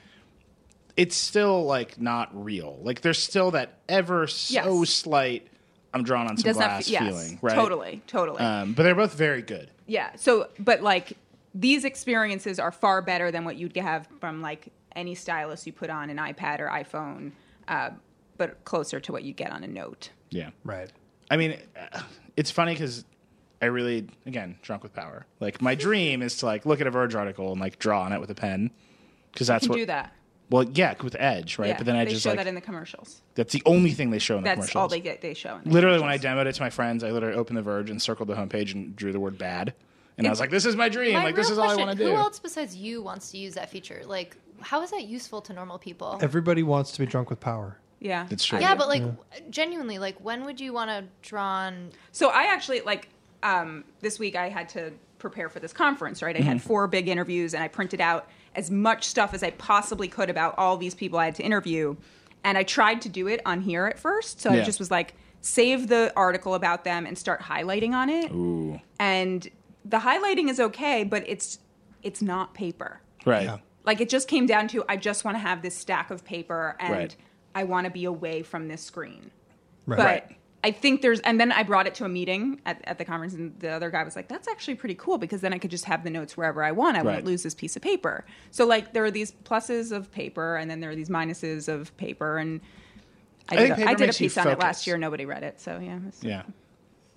S1: it's still like not real. Like there's still that ever so
S2: Yes.
S1: slight. I'm drawn on some
S2: does not.
S1: glass
S2: Yes,
S1: feeling, right?
S2: totally, totally.
S1: Um, but they're both very good.
S2: Yeah. So, but like these experiences are far better than what you'd have from like any stylus you put on an iPad or iPhone. Uh, but closer to what you get on a note.
S1: Yeah.
S6: Right.
S1: I mean, uh, it's funny because I really, again, drunk with power. Like my dream is to like look at a Verge article and like draw on it with a pen because that's
S2: You
S1: what.
S2: can do that.
S1: Well, yeah, with Edge, right?
S2: Yeah,
S1: but then I
S2: they
S1: just
S2: show
S1: like
S2: that in the commercials.
S1: that's the only thing they show in the
S2: That's
S1: commercials.
S2: all they get. They show. In the
S1: literally when I
S2: commercials.
S1: demoed it to my friends, I literally opened the Verge and circled the homepage and drew the word bad, and I was like, "This is my dream.
S5: My
S1: like this
S5: real
S1: is all I
S5: question,
S1: want to do."
S5: Who else besides you wants to use that feature? Like, how is that useful to normal people?
S6: Everybody wants to be drunk with power.
S2: yeah,
S1: It's true.
S5: yeah, but like genuinely, like when would you want to draw on?
S2: So I actually like um, this week I had to prepare for this conference, right? I had
S1: Mm-hmm.
S2: four big interviews and I printed out as much stuff as I possibly could about all these people I had to interview. And I tried to do it on here at first. So
S1: Yeah.
S2: I just was like, save the article about them and start highlighting on it.
S1: Ooh.
S2: And the highlighting is okay, but it's it's not paper.
S1: Right.
S6: Yeah.
S2: Like it just came down to I just want to have this stack of paper and
S1: Right.
S2: I want to be away from this screen
S6: Right.
S2: but I think there's, and then I brought it to a meeting at, at the conference, and the other guy was like, "That's actually pretty cool because then I could just have the notes wherever I want. I
S1: Right.
S2: won't lose this piece of paper." So like, there are these pluses of paper, and then there are these minuses of paper, and I,
S1: I
S2: did,
S1: think
S2: a-
S1: paper
S2: I did a
S1: makes you
S2: piece on it
S1: focus.
S2: last year. Nobody read it, so yeah. it's-
S1: Yeah.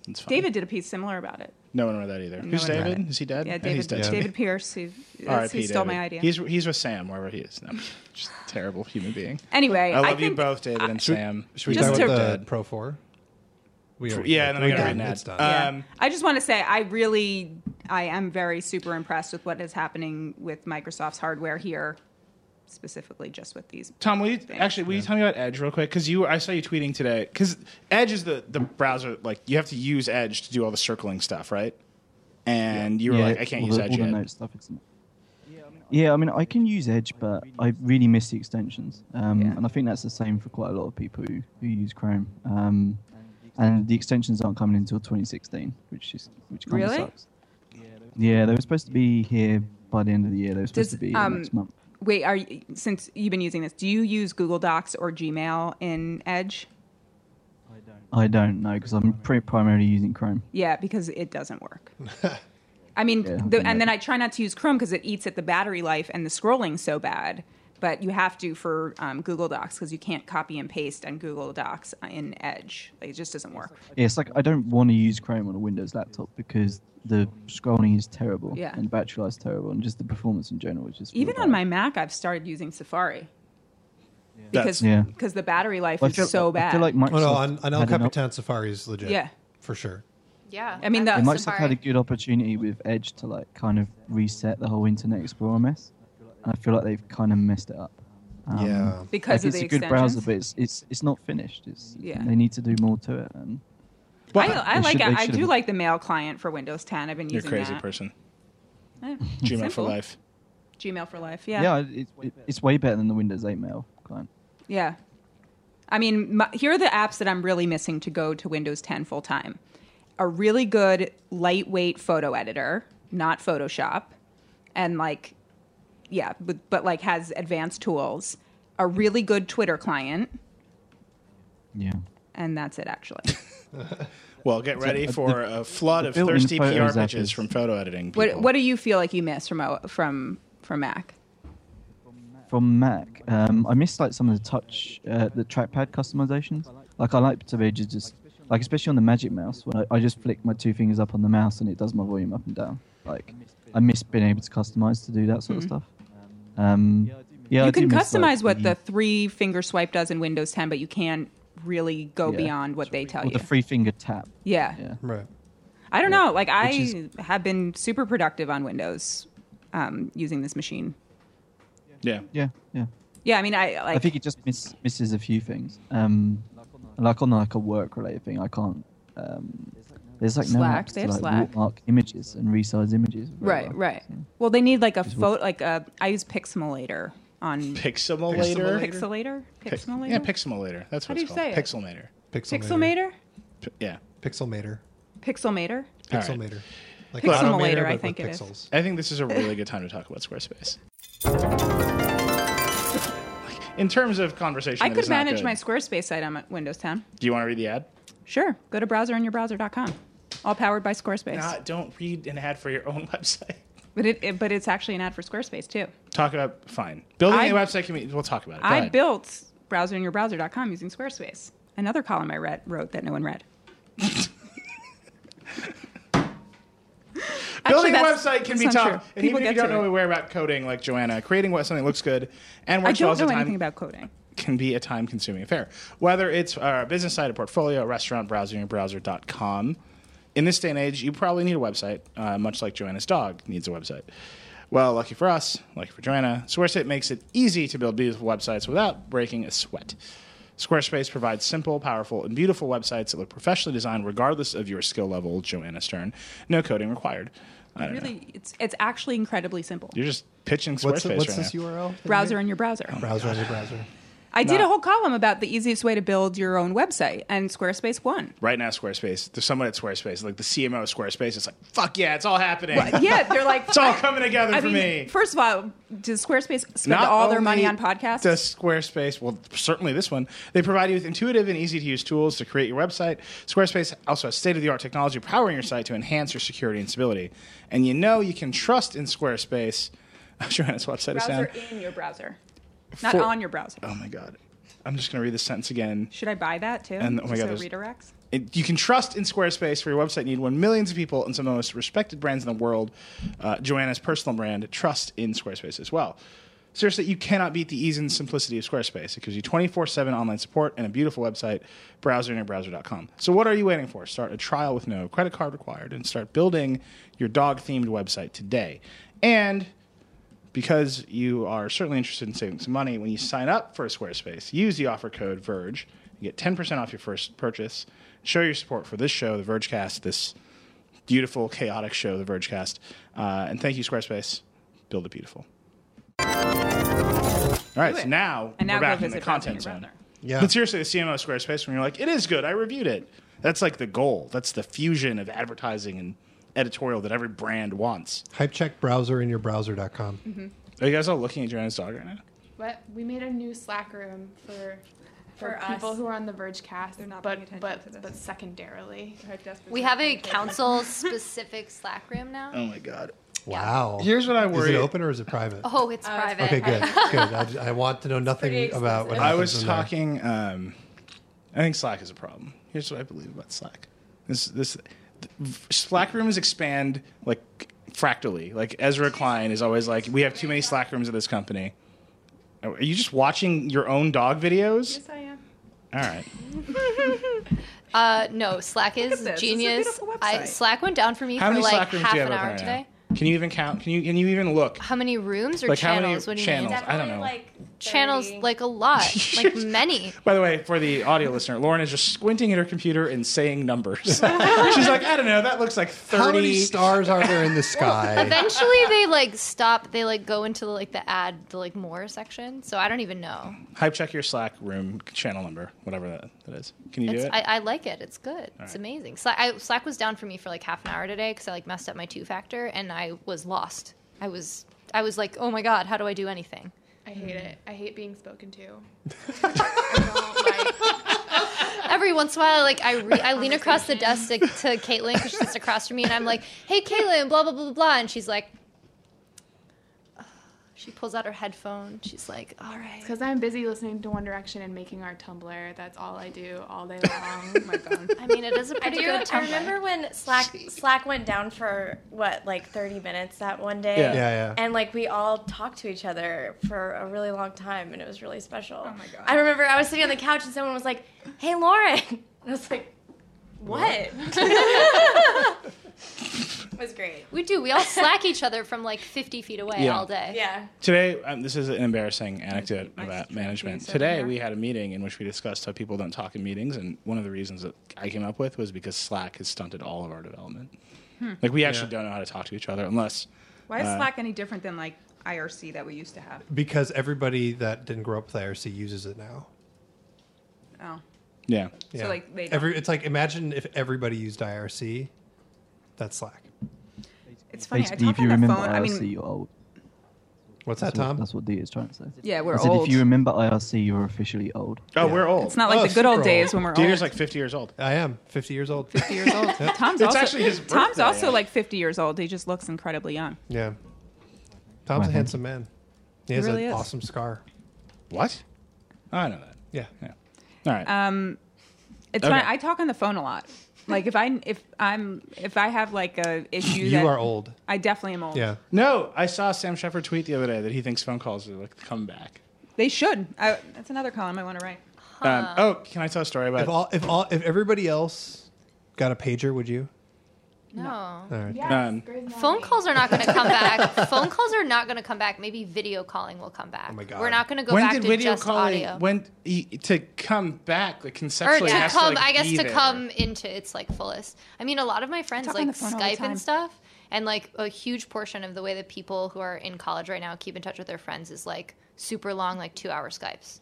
S1: It's fine.
S2: David did a piece similar about it.
S1: No one read that either. Who's
S2: one read
S1: David?
S2: it.
S1: Is he dead?
S2: Yeah,
S1: I think
S2: David.
S1: He's dead. [laughs]
S2: David Pierce. Who,
S1: R.I.P.
S2: he stole my
S1: David.
S2: idea.
S1: He's he's with Sam wherever he is. No, just a terrible human being.
S2: anyway,
S1: I love
S2: think,
S1: you both, David and Sam.
S6: Should we
S2: Just
S6: talk about
S2: to-
S6: the Pro 4? We already-
S1: yeah, and then we
S6: we're
S1: gotta
S6: done.
S1: read an
S6: It's
S1: ad.
S6: done.
S1: Uh,
S2: Yeah.
S1: Um,
S2: I just want to say I really I am very super impressed with what is happening with Microsoft's hardware here, specifically just with these.
S1: Tom, will you actually will you tell me about Edge real quick? Because you, I saw you tweeting today. Because Edge is the the browser. Like you have to use Edge to do all the circling stuff, right? And you were like, I can't
S3: all
S1: use
S3: the,
S1: Edge
S3: all the
S1: yet.
S3: note stuff, isn't it? Yeah, I mean, I can use Edge, but I really miss the extensions, um,
S2: Yeah.
S3: and I think that's the same for quite a lot of people who, who use Chrome. Um, and the extensions aren't coming until 2016, which is which kind
S2: Really?
S3: of sucks. Yeah, they were supposed to be here by the end of the year. They were supposed
S2: Does,
S3: to be
S2: um,
S3: next month.
S2: Wait, are you, since you've been using this, do you use Google Docs or Gmail in Edge?
S3: I don't know because I'm pri primarily using Chrome.
S2: Yeah, because it doesn't work. I mean,
S3: Yeah,
S2: the,
S3: yeah.
S2: and then I try not to use Chrome because it eats at the battery life and the scrolling so bad. But you have to for um, Google Docs because you can't copy and paste on Google Docs uh, in Edge. Like, it just doesn't work.
S3: Yeah, it's like I don't want to use Chrome on a Windows laptop because the scrolling is terrible
S2: Yeah.
S3: and battery life is terrible and just the performance in general is just
S2: Even
S3: real
S2: on
S3: bad.
S2: my Mac, I've started using Safari
S1: That's-
S2: because
S3: Yeah.
S2: because the battery life
S3: I
S2: is
S3: feel-
S2: so bad.
S3: I feel like Microsoft
S6: Oh, no, on, on El
S3: had an op-
S6: Capitan Safari is legit.
S2: Yeah.
S6: For sure.
S5: Yeah,
S2: I mean,
S5: that's
S2: the-
S3: and
S2: Yeah,
S3: Microsoft had a good opportunity with Edge to like kind of reset the whole Internet Explorer mess, and I feel like they've kind of messed it up. Um,
S6: yeah.
S2: because
S3: like,
S2: of
S3: it's
S2: the
S3: a good browser,
S2: extensions.
S3: but it's it's, it's not finished. It's,
S2: Yeah.
S3: they need to do more to it. And
S2: I, I
S3: They
S2: like
S3: should- they
S2: I
S3: should
S2: do
S3: have-
S2: like the Mail client for Windows 10. I've been
S1: You're a
S2: using
S1: crazy
S2: that.
S1: person.
S2: Yeah.
S1: Gmail for
S2: Simple.
S1: life.
S2: Gmail for life.
S3: yeah,
S2: Yeah. Yeah.
S3: it, it, it's way better than the Windows 8 mail client.
S2: I mean, my, here are the apps that I'm really missing to go to Windows 10 full time. A really good lightweight photo editor, not Photoshop, and like yeah, but, but like has advanced tools. A really good Twitter client,
S3: Yeah.
S2: and that's it actually.
S3: [laughs]
S1: Well, get ready
S3: uh, the-
S1: for a flood of
S3: built-in
S1: thirsty PR
S3: photos app
S1: pitches
S3: is-
S1: from photo editing.
S2: What
S1: people.
S2: What do you feel like you miss from O- from from Mac?
S3: From Mac, um, I miss like some of the touch, uh, the trackpad customizations. Like I like to be just, just like especially on the Magic Mouse when I, I just flick my two fingers up on the mouse and it does my volume up and down. Like I miss being able to customize to do that sort of stuff. Um, yeah, I
S2: you
S3: do
S2: can
S3: miss, like,
S2: customize what the three finger swipe does in Windows 10, but you can't really go
S3: Yeah.
S2: beyond what they tell
S3: or
S2: you.
S3: the three finger tap.
S2: yeah.
S3: Yeah.
S6: Right.
S2: I don't know. Like I
S3: is-
S2: have been super productive on Windows um, using this machine.
S1: Yeah.
S3: Yeah, yeah.
S2: Yeah, I mean, I like
S3: I think it just miss, misses a few things. Um, like on like a work related thing, I can't. Um, there's like
S2: Slack,
S3: no apps
S2: they
S3: to,
S2: have
S3: like
S2: Slack.
S3: watermark images and resize images. very
S2: right,
S3: well.
S2: right. Well, they need like a photo. Like a I use Pixelmator on
S1: Pixelmator.
S2: Pixelator. Pixelmator.
S1: Yeah, Pixelmator. That's
S2: How
S1: what
S2: do
S1: it's
S2: you
S1: called.
S2: say it?
S1: Pixelmator.
S6: Pixelmator.
S2: Pixelmator.
S1: P- yeah.
S6: Pixelmator.
S1: All
S2: Pixelmator.
S1: right.
S6: Pixelmator. Like
S2: Pixelmator,
S6: Automator,
S2: I
S6: but
S2: think
S6: with
S2: it is.
S6: pixels.
S1: I think this is a really good time to talk about Squarespace. In terms of conversation,
S2: I
S1: it
S2: could
S1: is not
S2: manage
S1: good.
S2: my Squarespace site on my- Windows 10.
S1: Do you want to read the ad?
S2: Sure. Go to browserinyourbrowser.com. All powered by Squarespace.
S1: Nah, don't read an ad for your own [laughs] website.
S2: But it, it but it's actually an ad for Squarespace too.
S1: Talk about fine building
S2: I-
S1: a website. Can we, we'll talk about it. Go
S2: I
S1: ahead.
S2: built browser in your browser.com using Squarespace. Another column I read, wrote that no
S1: [laughs]
S2: one read. Actually,
S1: Building a
S2: that's-
S1: website can be
S2: that's not true.
S1: tough. And
S2: People
S1: even if you
S2: get
S1: don't
S2: to
S1: know
S2: it.
S1: where about coding, like Joanna, creating what something that looks good and
S2: I
S1: works well
S2: don't
S1: as a
S2: know
S1: time
S2: anything about coding.
S1: can be a time consuming affair. Whether it's a business site, a portfolio, a restaurant, browsing your browser.com. In this day and age, you probably need a website, uh, much like Joanna's dog needs a website. Well, lucky for us, lucky for Joanna, Squarespace makes it easy to build beautiful websites without breaking a sweat. Squarespace provides simple, powerful, and beautiful websites that look professionally designed regardless of your skill level, Joanna Stern. No coding required. I don't know.
S2: Really, it's it's actually incredibly simple.
S1: You're Oh, just pitching Squarespace
S6: What's, what's
S1: right
S6: this
S1: now.
S6: URL?
S2: Browser in your browser.
S6: Browser as a browser.
S2: I did
S1: Nah.
S2: a whole column about the easiest way to build your own website, and Squarespace won.
S1: Right now, Squarespace. There's someone at Squarespace, like the CMO of Squarespace. It's like, fuck yeah, it's all happening.
S2: yeah, they're
S1: [laughs]
S2: like,
S1: It's all coming together
S2: I
S1: for
S2: mean,
S1: me.
S2: first of all, does Squarespace spend all their money on
S1: only
S2: podcasts?
S1: Does Squarespace, well, certainly this one, they provide you with intuitive and easy to use tools to create your website. Squarespace also has state of the art technology powering your site to enhance your security and stability. And you know you can trust in Squarespace. [laughs] Joanna's website is down.
S2: browser in your browser, not
S1: For-
S2: on your browser.
S1: Oh my God. I'm just going to read this sentence again.
S2: Should I buy that too?
S1: And- oh my
S2: Just
S1: God,
S2: so it redirects.
S1: It, you can trust in Squarespace for your website need when millions of people and some of the most respected brands in the world, uh, Joanna's personal brand, trust in Squarespace as well. Seriously, you cannot beat the ease and simplicity of Squarespace. It gives you 24 7 online support and a beautiful website, browser and browser.com. So, what are you waiting for? Start a trial with no credit card required and start building your dog themed website today. And because you are certainly interested in saving some money, when you sign up for a Squarespace, use the offer code Verge and get 10% off your first purchase. Show your support for this show, The Vergecast, this beautiful, chaotic show, The Vergecast. Uh, and thank you, Squarespace. Build it beautiful. All right,
S2: Do it.
S1: so now
S2: And now
S1: we're
S2: go
S1: back in
S2: visit
S1: the
S2: Browser
S1: content
S2: in your
S1: zone.
S2: browser.
S6: Yeah.
S1: But seriously, the CMO of Squarespace, when you're like, it is good, I reviewed it. That's like the goal. That's the fusion of advertising and editorial that every brand wants.
S6: Hype check browser in your browser.com.
S2: Mm-hmm.
S1: Are you guys all looking at Joanna's dog right now?
S7: What we made a new Slack room for for,
S4: For us.
S7: people who are on the Verge cast,
S8: They're not
S7: but
S8: paying attention
S7: but
S8: to this.
S7: but secondarily.
S5: We have a council specific Slack room now.
S1: Oh my God.
S6: Wow.
S1: Here's what I
S6: Is
S1: worry.
S6: it open or is it private?
S5: Oh, it's private.
S6: Okay, good. good. I, I want to know nothing
S4: pretty
S6: about what
S4: exclusive.
S1: I
S6: happens
S1: was
S6: in there.
S1: talking. Um, I think Slack is a problem. Here's what I believe about Slack. This this th- Slack rooms expand like fractally. Like Ezra Klein is always like, we have too many Slack rooms at this company. Oh, Are you just watching your own dog videos?
S8: Yes, I am.
S1: All right.
S5: Uh, no, Slack is
S2: this. It's a
S5: genius.
S2: beautiful
S5: I,
S2: website.
S5: Slack went down for me
S1: How
S5: for
S1: many
S5: like
S1: Slack rooms
S5: half
S1: do you have
S5: an
S1: open
S5: hour
S1: right
S5: today.
S1: now? Can you even count? Can you can you even look?
S5: How many rooms or
S1: Like, how many
S5: channels? what do you mean?
S1: channels? I don't know.
S4: Like 30.
S5: Channels like a lot,
S1: [laughs]
S5: like many.
S1: By the way, for the audio listener, Lauren is just squinting at her computer and saying
S5: [laughs]
S1: numbers. She's like, I don't know, that looks like
S6: How many
S1: thirty.
S6: stars are
S2: [laughs]
S6: there in the sky?
S5: Eventually, they like stop. They like go into like the ad, the like more section. So I don't even know.
S1: Hype check your Slack room channel number, whatever that, that is. Can you
S5: It's,
S1: do it?
S5: I, I like it. It's good. It's amazing. Slack, I, Slack was down for me for like half an hour today because I like messed up my two factor and I was lost. I was I was like, oh my god, how do I do anything?
S7: I hate it. I hate being spoken to. I don't like.
S5: Every once in a while, like I re- I lean across the desk to, to Caitlin because she sits across from me, and I'm like, hey Caitlin, blah blah blah blah, blah, and she's like. [sighs] She pulls out her headphone. She's like, "All right."
S7: Because I'm busy listening to One Direction and making our Tumblr. That's all I do all day
S2: [laughs]
S7: long. My phone.
S5: [laughs] I mean, it is a
S4: I
S5: pretty
S4: do.
S5: good
S4: I
S5: template.
S4: remember when Slack Slack went down for what, like thirty minutes that one day.
S1: Yeah.
S6: Yeah, yeah.
S4: And like we all talked to each other for a really long time, and it was really special. Oh my god! I remember I was sitting on the couch, and someone was like, "Hey, Lauren," [laughs] and I was like, "What?" [laughs] it was great.
S5: We do. We all slack each other from like 50 feet away
S1: Yeah.
S5: all day.
S4: Yeah.
S1: Today, um, this is an embarrassing anecdote about management.
S2: piece over
S1: Today,
S2: here.
S1: we had a meeting in which we discussed how people don't talk in meetings, and one of the reasons that I came up with was because Slack has stunted all of our development.
S5: Hmm.
S1: Like, we actually don't know how to talk to each other unless
S2: Why
S1: uh,
S2: is Slack any different than like IRC that we used to have?
S6: Because everybody that didn't grow up with IRC uses it now.
S2: Oh,
S1: Yeah.
S6: Yeah.
S2: like, they don't-
S6: Every, it's like imagine if everybody used IRC. That's Slack.
S2: it's funny. I
S3: Basically,
S2: talk
S3: if you
S2: on the
S3: remember
S2: phone. I
S3: IRC,
S2: mean,
S3: you're old.
S6: What's that,
S3: That's what,
S6: Tom?
S3: that's what D is trying to say.
S2: yeah,
S3: I
S2: we're
S3: said,
S2: old.
S3: if you remember IRC, you're officially old.
S1: Oh, we're old.
S2: it's not like
S6: Oh,
S2: the good old
S6: super
S2: days when
S6: old.
S2: we're
S1: Dieter's
S2: old.
S1: like 50 years old.
S6: I am 50 years old.
S2: 50 years old.
S1: [laughs]
S2: Tom's
S1: It's
S2: also,
S1: actually his
S2: Tom's
S1: birthday,
S2: also
S1: yeah.
S2: like 50 years old. He just looks incredibly young.
S6: [laughs] Yeah. Tom's a handsome man. He has
S2: really
S6: an
S2: is.
S6: awesome scar.
S1: What? Oh, I know that.
S6: Yeah.
S1: All right.
S5: Um,
S2: It's
S1: Okay.
S2: fine. I talk on the phone a lot. Like if I if I'm if I have like a issue,
S6: You
S2: that-
S6: are old.
S2: I definitely am old.
S6: Yeah.
S1: no, I saw Sam Shepard tweet the other day that he thinks phone calls are like the comeback.
S2: They should. I, that's another column I want to write.
S1: Um, oh, can I tell a story about?
S6: If all if all if everybody else got a pager, would you?
S5: No.
S6: All right.
S1: Um,
S5: Phone calls are not going to
S2: [laughs]
S5: come back. Phone calls are not going to come back. Maybe video calling will come back. Oh
S6: my God.
S5: We're not going to go
S1: when
S5: back
S1: did
S5: to
S1: video
S5: just
S1: calling
S5: audio.
S1: when e- to come back like
S5: or
S1: conceptually?
S5: to
S1: it has
S5: come,
S1: to, like,
S5: I guess,
S1: be
S5: to
S1: there.
S5: come into its like fullest. I mean, a lot of my friends
S2: talk on
S5: like
S2: the phone all the
S5: Skype
S2: time.
S5: and stuff, and like a huge portion of the way that people who are in college right now keep in touch with their friends is like super long, like two-hour Skypes.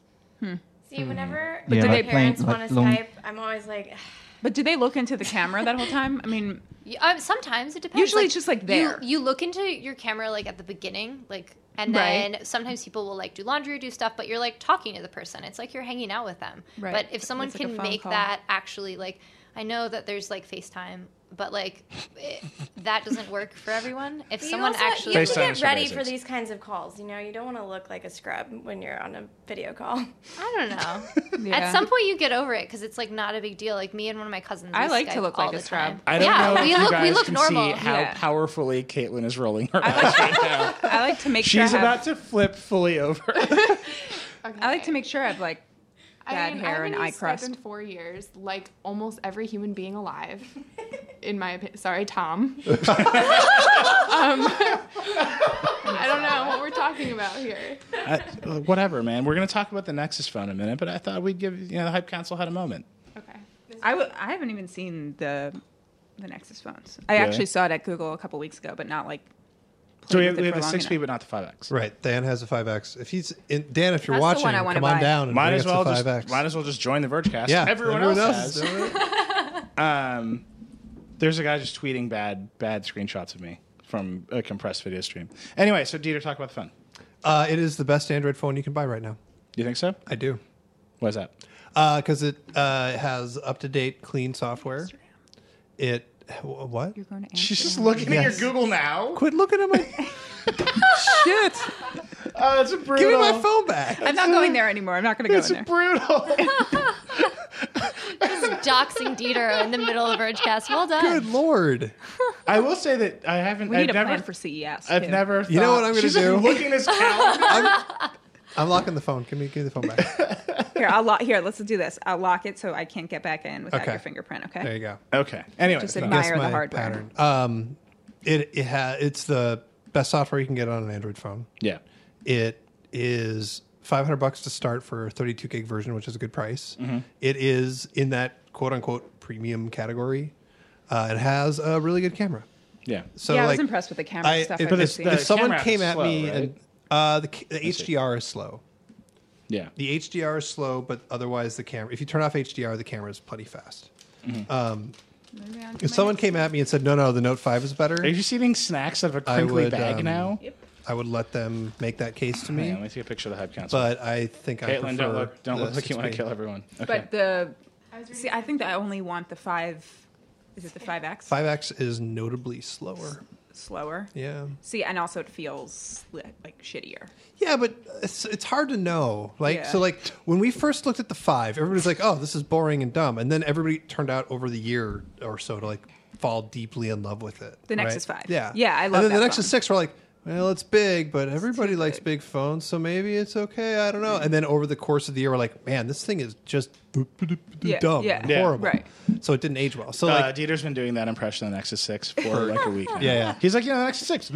S4: See, whenever
S3: Hmm. But do
S4: my
S3: they plan-
S4: parents
S3: like,
S4: want to
S3: long-
S4: Skype, I'm always like,
S2: But do they look into the camera that whole time? I mean,
S5: Y- Um, sometimes it depends.
S2: Usually it's just, like,
S5: you-
S2: there.
S5: You, look into your camera like at the beginning, like, and
S2: Right.
S5: then sometimes people will like do laundry or do stuff, but you're like talking to the person. It's like you're hanging out with them.
S2: Right.
S5: But if someone
S2: It's like a
S5: can
S2: phone
S5: make
S2: call.
S5: that actually like, I know that there's like FaceTime, but like it, that doesn't work for everyone. If
S4: But you
S5: someone
S4: also-
S5: actually,
S4: you have to
S1: FaceTime is
S4: get
S1: for
S4: ready
S1: basics.
S4: for these kinds of calls. You know, you don't want to look like a scrub when you're on a video call. [laughs]
S5: I [laughs] don't know. At
S2: yeah.
S5: some point, you get over it because it's like not a big deal. Like me and one of my cousins.
S2: I
S5: we
S2: like to
S5: Skype
S2: look
S5: all
S2: like a
S5: the time.
S2: scrub.
S1: I don't
S5: yeah,
S1: know if
S5: we
S1: you
S5: look
S1: guys
S5: we look
S1: can
S5: normal.
S1: see how
S2: Yeah.
S1: powerfully Caitlin is rolling her
S2: I
S1: eyes right now.
S2: I like to make sure.
S1: She's
S2: I have-
S1: about to flip fully over. [laughs]
S2: I like to make sure I've like bad
S7: I
S2: hair and
S7: haven't
S2: eye
S7: used Skype
S2: crust.
S7: in four years, like almost every human being alive. In my opinion, sorry, Tom. um, [laughs] I don't know what we're talking about here.
S1: I, whatever, man. We're gonna talk about the Nexus phone in a minute, but I thought we'd give you know the hype council had a moment.
S7: Okay.
S2: I, w- I haven't even seen the the Nexus phones. I
S1: Really?
S2: actually saw it at Google a couple weeks ago, but not like.
S1: So we
S2: played
S1: have,
S2: with it
S1: we have
S2: for
S1: the
S2: long
S1: six P,
S2: enough.
S1: but not the five X.
S6: Right. Dan has a five X. If he's in, Dan, if you're
S2: That's the
S6: watching,
S2: one I wanna
S6: come on
S2: buy.
S6: down and
S1: Might
S6: bring
S1: as
S6: us
S1: well
S6: the
S1: just
S6: 5X.
S1: might as well just join the Vergecast.
S6: yeah.
S1: everyone, else, has.
S6: does.
S2: [laughs]
S1: Um, there's a guy just tweeting bad bad screenshots of me from a compressed video stream. Anyway, so Dieter, talk about the phone.
S6: uh, it is the best Android phone you can buy right now.
S1: You think so?
S6: I do.
S1: What is that?
S6: because it uh, has up to date, clean software. It wh- what?
S2: You're going to
S1: She's just
S2: Amsterdam.
S1: looking
S6: Yes.
S1: at your Google now.
S6: Quit looking
S2: [laughs]
S6: at my.
S2: Shit!
S1: Oh, that's a brutal.
S6: give me my phone
S2: [laughs]
S6: back.
S2: I'm not going there anymore. I'm not going to go
S1: It's
S2: in there.
S1: brutal. [laughs]
S5: Doxing Dieter in the middle of Urgecast. Well done.
S6: Good lord!
S1: I will say that I haven't.
S2: We
S1: I've
S2: need a
S1: never,
S2: plan for CES.
S1: I've
S2: too.
S1: never.
S6: You know
S1: thought-
S6: what I'm gonna
S1: She's
S6: do?
S1: Just looking at this
S6: [laughs]
S1: calendar.
S6: I'm,
S2: [laughs]
S6: I'm locking the phone. Give me, give me the phone back.
S2: Here, I'll lock. Here, let's do this. I'll lock it so I can't get back in without
S6: Okay.
S2: your fingerprint. Okay.
S6: There you go.
S1: okay. Anyway,
S2: Just
S1: so-
S2: admire-
S6: Guess
S2: the
S6: my
S2: hardware.
S6: pattern. Um, it it ha- it's the best software you can get on an Android phone.
S1: yeah.
S6: It is 500 bucks to start for a 32 gig version, which is a good price.
S2: Mm-hmm.
S6: It is in that quote unquote premium category. Uh, it has a really good camera.
S1: Yeah.
S6: So
S2: yeah, I
S6: like,
S2: was impressed with the camera
S6: I-
S2: stuff.
S6: if-
S2: I've
S1: But
S2: been
S1: it's
S2: seeing.
S1: the
S6: if someone
S1: camera app
S6: came
S1: is
S6: at
S1: slow,
S6: me
S1: right?
S6: and uh, the, ca- the
S1: see.
S6: HDR is slow.
S1: Yeah.
S6: The HDR is slow, but otherwise the camera. If you turn off HDR, the camera is plenty fast.
S2: Mm-hmm.
S6: Um,
S2: Moving on to
S6: If
S2: my
S6: someone
S2: next-
S6: came at me and said, "No, no, the Note Five is
S1: Are
S6: better,"
S1: you just eating snacks out of a
S6: I
S1: crinkly
S6: would,
S1: bag
S6: um,
S1: now?
S6: I would let them make that case to
S1: Hang on, let
S6: me.
S1: me take a picture of the hype council.
S6: But I think I
S1: Caitlin,
S6: prefer.
S1: don't look, don't
S6: the
S1: look like you want to
S6: 6P.
S1: kill everyone. Okay.
S2: But the see, I think that I only want the five. Is it the five X?
S6: 5X is notably slower.
S2: slower.
S6: Yeah.
S2: See, and also it feels li- like shittier.
S6: Yeah, but it's, it's hard to know. Like
S2: Yeah.
S6: so, like when we first looked at the five, everybody's like, "Oh, this is boring and dumb," and then everybody turned out over the year or so to like fall deeply in love with it.
S2: The
S6: right?
S2: Nexus 5.
S6: yeah,
S2: Yeah, I love
S6: And then the
S2: that
S6: Nexus
S2: phone.
S6: six, we're like, "Well, it's big, but everybody
S2: too
S6: likes
S2: big.
S6: big. phones, so maybe it's okay." I don't know. And then over the course of the year, we're like, "Man, this thing is just boop, boop, boop, boop,
S2: Yeah,
S6: dumb,
S2: yeah,
S6: and
S1: Yeah.
S6: horrible."
S2: right.
S6: So it didn't age well. So
S1: uh,
S6: like,
S1: Dieter's been doing that impression of the Nexus 6 for like a week. now.
S6: Yeah, [laughs] yeah.
S1: He's like, you know, the Nexus 6.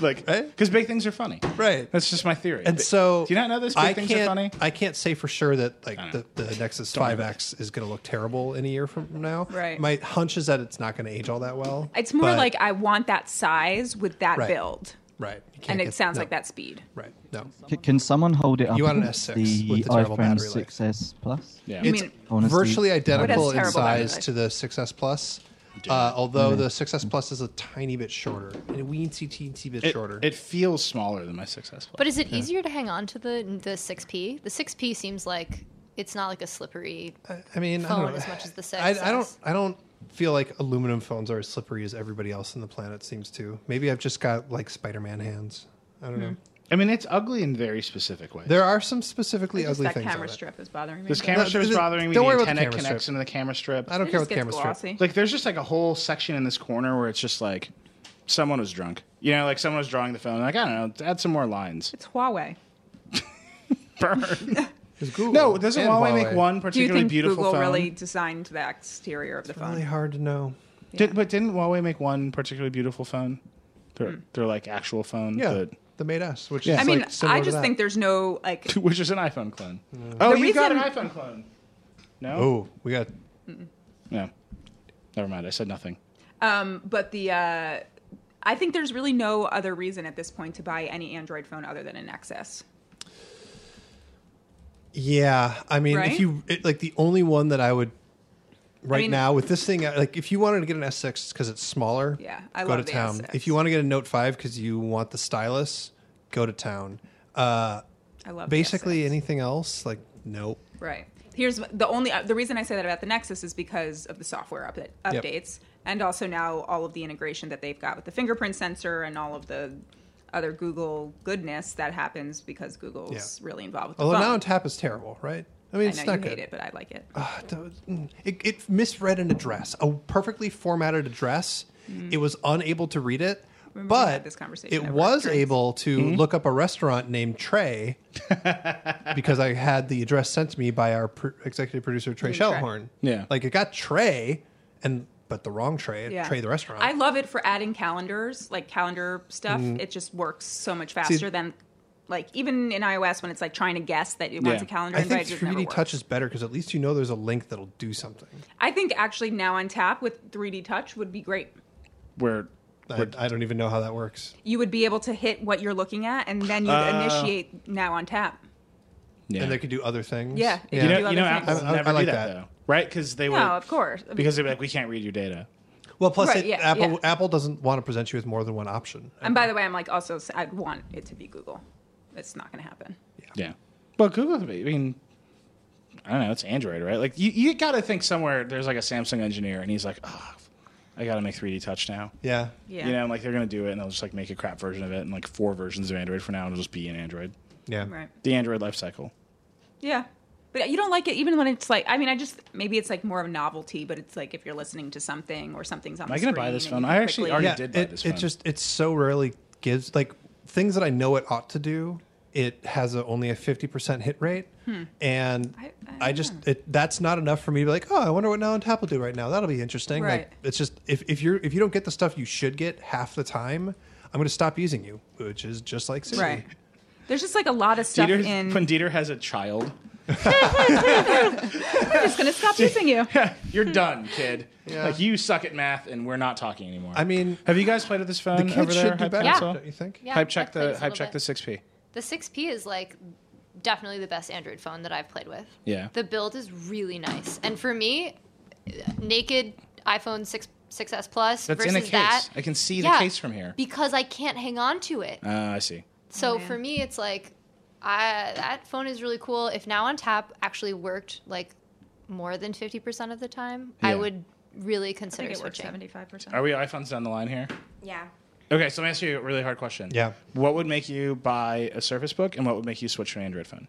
S1: Like,
S6: Right?
S1: because big things are funny.
S6: right.
S1: That's just my theory.
S6: And
S1: But-
S6: so,
S1: do you not know this? Big
S6: I
S1: things
S6: can't.
S1: are funny.
S6: I can't say for sure that like
S1: I
S6: the,
S1: know.
S6: the Nexus
S1: Don't worry.
S6: 5X is going to look terrible in a year from now.
S2: Right.
S6: My hunch is that it's not going to age all that well.
S2: It's more
S6: but-
S2: like I want that size with that
S6: Right.
S2: build,
S6: right. You can't
S2: and
S6: get-
S2: it sounds
S6: no.
S2: like that speed.
S6: Right. No.
S3: C- can someone hold it up?
S6: You want an
S3: against
S6: S6
S3: the
S6: with the terrible
S3: iPhone
S6: battery life.
S3: 6s Plus.
S1: Yeah.
S2: You
S6: It's
S2: mean-
S3: Honestly,
S6: virtually identical
S2: What is
S6: in
S2: terrible battery
S6: size
S2: life?
S6: to the 6S Plus, uh, although the 6S Plus is a tiny bit shorter, a weensy teensy bit
S1: it,
S6: shorter.
S1: it feels smaller than my 6S.
S5: But is it easier to hang on to the the six P? The six P seems like it's not like a slippery.
S6: I mean, I
S5: phone
S6: don't know.
S5: as much as the
S6: I, I don't.
S5: 6s.
S6: I don't feel like aluminum phones are as
S2: Hmm.
S6: slippery as everybody else on the planet seems to. Maybe I've just got like Spider-Man hands. I don't know.
S1: I mean, it's ugly in very specific ways.
S6: There are some specifically
S2: Just
S6: ugly
S2: that
S6: things.
S2: camera
S6: on it.
S2: strip is bothering me.
S1: this camera
S6: No,
S1: strip is
S6: th-
S1: bothering me.
S6: don't
S1: the
S6: worry about the
S1: antenna
S6: camera
S1: connects
S6: strip.
S1: into the camera strip.
S6: I don't
S2: It
S6: care
S2: just
S6: what the
S2: gets
S6: camera
S2: glossy.
S6: strip.
S1: Like, there's just like a whole section in this corner where it's just like someone was drunk. You know, like someone was drawing the film. Like, I don't know, add some more
S2: [laughs]
S1: lines.
S2: It's Huawei.
S1: Burn.
S6: It's Google
S1: no, doesn't
S6: and
S1: Huawei, make one
S2: Do you
S1: particularly
S2: think
S1: beautiful
S2: Google
S1: phone?
S2: really designed the exterior of the phone?
S6: Really hard to know.
S1: Did, but didn't Huawei make one particularly beautiful phone? Their,
S2: Hmm.
S1: their like actual phone,
S6: Yeah,
S1: that-
S6: the made us, which
S1: Yeah.
S6: is
S2: I mean,
S6: like, similar
S2: I
S6: to
S2: just
S6: that.
S2: think there's no like.
S1: [laughs] which is an iPhone clone. Oh,
S2: The
S1: you got an
S2: reason-
S1: iPhone clone? No,
S6: Oh, we got
S1: no. Never mind. I said nothing.
S2: Um, but the uh, I think there's really no other reason at this point to buy any Android phone other than an Nexus.
S6: Yeah, I mean,
S2: Right?
S6: if you it, like the only one that I would right
S2: mean-
S6: now with this thing, like if you wanted to get an S6 because it's smaller,
S2: Yeah, I
S6: go
S2: love
S6: to
S2: the
S6: town.
S2: S6.
S6: If you want to get a Note 5 because you want the stylus, go to town. Uh,
S2: I love the
S6: basically
S2: S6.
S6: anything else, like nope.
S2: Right. Here's the only uh, the reason I say that about the Nexus is because of the software upda-
S6: Yep.
S2: updates and also now all of the integration that they've got with the fingerprint sensor and all of the other Google goodness that happens because Google's really involved with the
S6: Although
S2: phone.
S6: now on tap is terrible, right? I mean,
S2: I
S6: it's
S2: know you
S6: not good.
S2: hate it, but I like it.
S6: Ah, don't- mm. it, it misread an address, a perfectly formatted address. It was unable to read it,
S2: Remember Mm. we
S6: but
S2: had this conversation
S6: it
S2: over
S6: was
S2: drinks.
S6: able to
S1: Hmm?
S6: look up a restaurant
S1: [laughs]
S6: named Trey because I had the address sent to me by our pr- executive producer Trey
S2: Trey.
S6: Shellhorn.
S1: Yeah.
S6: like it got Trey, and but the wrong Trey, Trey the restaurant. Mm-hmm.
S2: I love it for adding calendars, like calendar stuff. It just works so much faster than like even in iOS when it's like trying to guess that it wants
S1: Yeah.
S2: a calendar
S6: I
S2: invite.
S6: think
S2: it just never
S6: 3D
S2: works.
S6: Touch is better because at least you know there's a link that'll do something.
S2: I think actually now on tap with 3D Touch would be great.
S1: Where
S6: I, I don't even know how that works.
S2: You would be able to hit what you're looking at, and then you would
S1: Uh,
S2: initiate now on tap.
S1: yeah.
S6: And they could do other things.
S2: Yeah, it
S1: you
S2: could
S1: know,
S2: do other
S1: you know,
S2: things.
S1: Apple
S6: I- I-
S1: never
S6: I like
S1: do that,
S6: that.
S1: though, right? Because they would,
S2: No, of course.
S1: because they'd be like, we can't read your data.
S6: Well, plus
S2: Right,
S6: it,
S2: yeah,
S6: Apple
S2: yeah.
S6: Apple doesn't want to present you with more than one option.
S2: and by the way, I'm like also s- I'd want it to be Google. It's not going to happen.
S1: Yeah. Well, Google. I mean, I don't know. It's Android, right? Like you, you got to think somewhere. There's like a Samsung engineer, and he's like, oh, I got to make 3D Touch now.
S6: yeah.
S2: Yeah.
S1: You know, and, like they're gonna do it, and they'll just like make a crap version of it, and like four versions of Android for now, and it'll just be an Android.
S6: Yeah.
S2: Right.
S1: The Android life cycle.
S2: Yeah. But you don't like it even when it's like I mean I just maybe it's like more of a novelty, but it's like if you're listening to something or something's on.
S1: Am
S2: the
S1: I gonna
S2: screen
S1: buy this
S2: and
S1: phone?
S2: you
S1: I
S2: can
S1: actually
S2: quickly-
S1: already
S6: yeah,
S1: did buy
S6: it,
S1: this
S6: it
S1: phone.
S6: just it so rarely gives like things that I know it ought to do. It has a, only a fifty percent hit rate, and I,
S2: Hmm. I- I
S6: just it, that's not enough for me to be like, oh, I wonder what now on tap will do right now. That'll be interesting.
S2: Right.
S6: Like it's just if, if you're if you don't get the stuff you should get half the time, I'm going to stop using you, which is just like Siri.
S2: Right. There's just like a lot of stuff
S1: Dieter, [laughs]
S2: in.
S1: when Dieter has a child,
S2: I'm just
S1: [laughs]
S2: gonna stop using you.
S1: you're done, kid. Like you suck at math, and we're not talking anymore.
S6: I mean,
S1: have you guys played with this
S6: the
S1: phone over
S6: kids
S1: there?
S6: should do
S1: Hype
S6: better,
S5: Yeah.
S1: Console?
S6: don't you think?
S5: Yeah,
S1: hype
S5: I've
S1: check
S5: played
S1: the
S5: this a
S1: hype
S5: little
S1: check
S5: bit.
S1: the 6P.
S5: The 6P is like definitely the best Android phone that I've played with.
S1: Yeah.
S5: The build is really nice. And for me, naked iPhone 6 6s Plus
S1: That's
S5: versus
S1: in a case.
S5: that
S1: I can see the
S5: Yeah,
S1: case from here.
S5: because I can't hang on to it.
S1: Uh, I see.
S5: So for me, it's like I, that phone is really cool. If Now on Tap actually worked like more than fifty percent of the time,
S1: Yeah.
S5: I would really
S2: I think
S5: consider
S2: it works
S5: switching.
S2: seventy five percent.
S1: Are we iPhones down the line here?
S4: Yeah.
S1: Okay, so let me ask you a really hard question.
S6: Yeah.
S1: What would make you buy a Surface Book, and what would make you switch to an Android phone?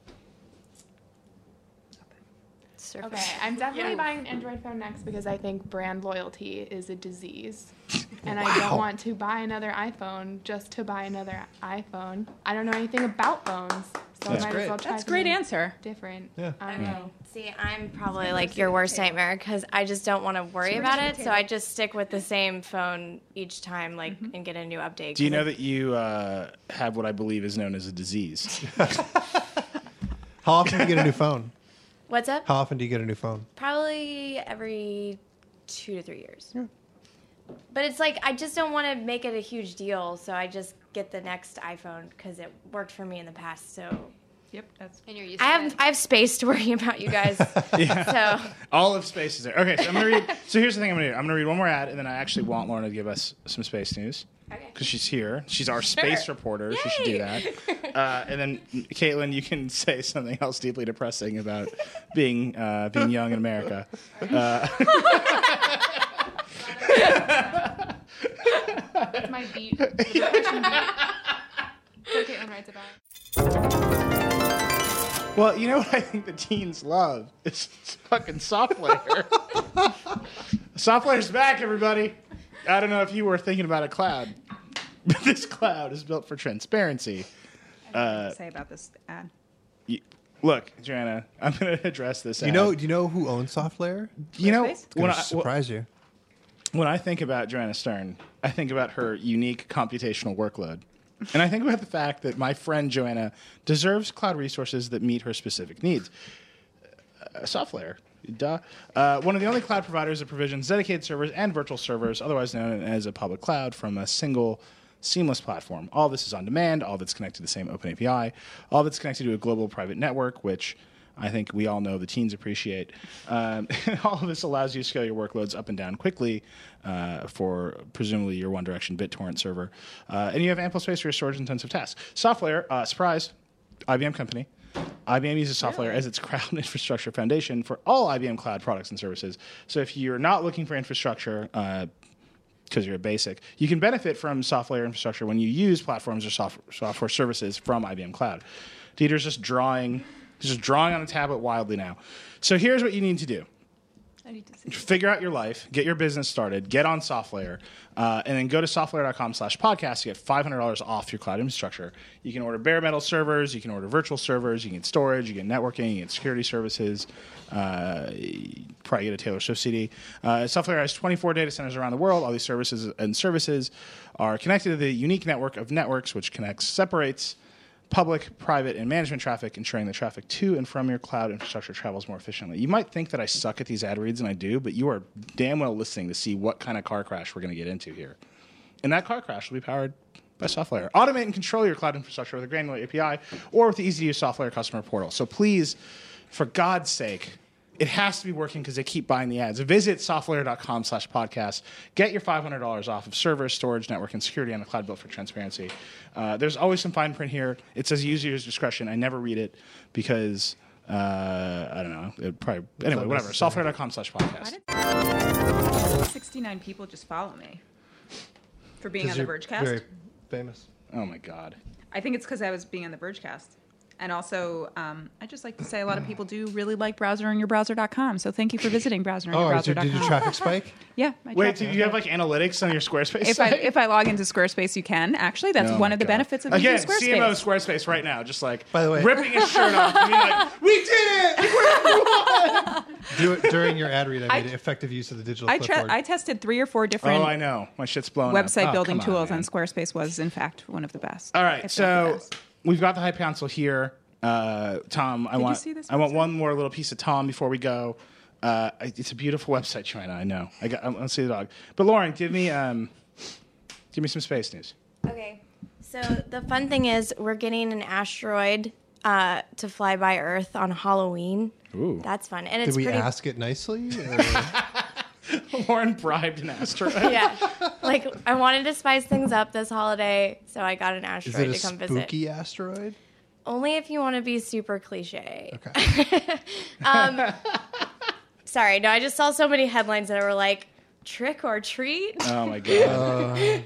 S5: Surface.
S7: Okay, I'm definitely
S8: Yeah.
S7: buying an Android phone next because I think brand loyalty is a disease. And I don't want to buy another iPhone just to buy another iPhone. I don't know anything about phones, so
S1: That's
S7: I might
S6: great.
S7: as well try
S2: That's a great
S7: something
S2: answer.
S7: different. Um,
S6: Yeah.
S7: I don't know.
S4: See, I'm probably like your worst nightmare because I just don't want to worry about it. So I just stick with the same phone each time, like, and get a new update.
S1: Do you know that you uh, have what I believe is known as a [laughs] disease?
S6: [laughs] How often do you get a new phone?
S4: What's up?
S6: How often do you get a new phone?
S4: Probably every two to three years. But it's like I just don't want to make it a huge deal, so I just get the next iPhone because it worked for me in the past. So
S2: Yep. That's
S5: And you're used
S4: I
S5: to
S4: have
S5: it.
S4: I have space to worry [laughs] about you
S6: [laughs]
S4: guys. So
S1: All of space is there. Okay, so I'm gonna read. so here's the thing I'm gonna do. I'm gonna read one more ad, and then I actually want Lauren to give us some space news
S4: Okay.
S1: because she's here. She's our space reporter. She should do
S4: [laughs]
S1: that. Uh, and then Caitlin, you can [laughs] say something else deeply depressing about being uh, being young in America. Uh,
S7: That's my beat. That's what Caitlin writes about.
S1: [laughs] Well, you know what I think the teens love is fucking software. Software's back, everybody. I don't know if you were thinking about a cloud, but this cloud is built for transparency.
S2: say about this ad.
S1: You- look, Joanna, I'm going to address this.
S6: Do you know? Do you know who owns SoftLayer?
S1: you know,
S2: Squarespace?
S1: when I, when-
S6: surprise you.
S1: when I think about Joanna Stern, I think about her unique computational workload. And I think about the fact that my friend Joanna deserves cloud resources that meet her specific needs. Uh, software, duh. Uh, one of the only cloud providers that provisions dedicated servers and virtual servers, otherwise known as a public cloud, from a single seamless platform. All this is on demand, all that's connected to the same open API, all that's connected to a global private network, which I think we all know the teens appreciate. Um, [laughs] all of this allows you to scale your workloads up and down quickly uh, for presumably your One Direction BitTorrent server. Uh, and you have ample space for your storage intensive tasks. Software, uh, surprise, IBM company. IBM uses software as its cloud [laughs] infrastructure foundation for all IBM cloud products and services. So if you're not looking for infrastructure, uh, because you're a basic. You can benefit from software infrastructure when you use platforms or soft, software services from IBM Cloud. Dieter's just drawing, he's just drawing on a tablet wildly now. So here's what you need to do
S2: I need to see.
S1: figure out your life, get your business started, get on SoftLayer, uh, and then go to softlayer.com slash podcast to get $500 off your cloud infrastructure. You can order bare metal servers, you can order virtual servers, you can get storage, you get networking, you get security services, uh, you probably get a Taylor Swift CD. Uh, SoftLayer has 24 data centers around the world. All these services and services are connected to the unique network of networks, which connects, separates, public, private, and management traffic, ensuring that traffic to and from your cloud infrastructure travels more efficiently. You might think that I suck at these ad reads, and I do, but you are damn well listening to see what kind of car crash we're going to get into here. And that car crash will be powered by SoftLayer. Automate and control your cloud infrastructure with a granular API or with the easy to use SoftLayer customer portal. So please, for God's sake, it has to be working because they keep buying the ads. Visit softlayer.com slash podcast. Get your $500 off of server, storage, network, and security on the cloud built for transparency. Uh, there's always some fine print here. It says use user's discretion. I never read it because, uh, I don't know. It probably, anyway, whatever. Softlayer.com slash podcast.
S2: 69 people just follow me for being
S6: 'Cause
S2: on the
S6: you're
S2: Vergecast.
S6: Very famous.
S1: Oh, my God.
S2: I think it's because I was being on the Vergecast. And also, um, I just like to say a lot of people do really like browser and your browser.com. So thank you for visiting browser and
S6: Oh,
S2: your
S6: did, you, did your traffic spike? [laughs]
S2: yeah. My
S1: Wait,
S2: traffic.
S1: do you have like analytics on your Squarespace?
S2: if I
S1: site?
S2: if I log into Squarespace, you can actually. That's
S1: Oh
S2: one
S1: my
S2: of the
S1: God.
S2: benefits of
S1: Again,
S2: using Squarespace.
S1: CMO Squarespace right now, just like
S6: By the way-
S1: ripping his shirt off. And being [laughs] like, we did it.
S6: Do it during your ad read. I made effective use of the digital
S2: I tra-
S6: clipboard.
S2: I tested three or four different
S1: Oh, I know, my shit's blown. up.
S2: website
S1: Oh,
S2: building
S1: come on,
S2: tools,
S1: man.
S2: and Squarespace was in fact one of the best.
S1: All
S2: If
S1: right,
S2: not the
S1: so
S2: best.
S1: we've got the hype council here. Uh, Tom, I
S2: you
S1: want
S2: see this
S1: I want
S2: website?
S1: one more little piece of Tom before we go. Uh, I- it's a beautiful website, China. I know. I got. I'm gonna see the dog. But Lauren, give me um, give me some space news.
S4: Okay. So the fun thing is we're getting an asteroid uh, to fly by Earth on Halloween.
S1: Ooh.
S4: That's fun. And
S6: Did
S4: it's
S6: we
S4: pretty
S6: ask
S2: [laughs]
S6: it nicely? or-
S1: [laughs] Lauren bribed an asteroid.
S4: [laughs]
S2: [laughs]
S4: Yeah. Like I wanted to spice things up this holiday, so I got an
S6: Is
S4: asteroid
S6: it a
S4: to come
S6: spooky
S2: [laughs]
S4: visit.
S6: asteroid?
S4: Only if you want to be super cliche. Um,
S6: Okay.
S4: [laughs]
S6: [laughs]
S4: Sorry, no, I just saw so many headlines that were like trick or treat.
S1: Oh my god.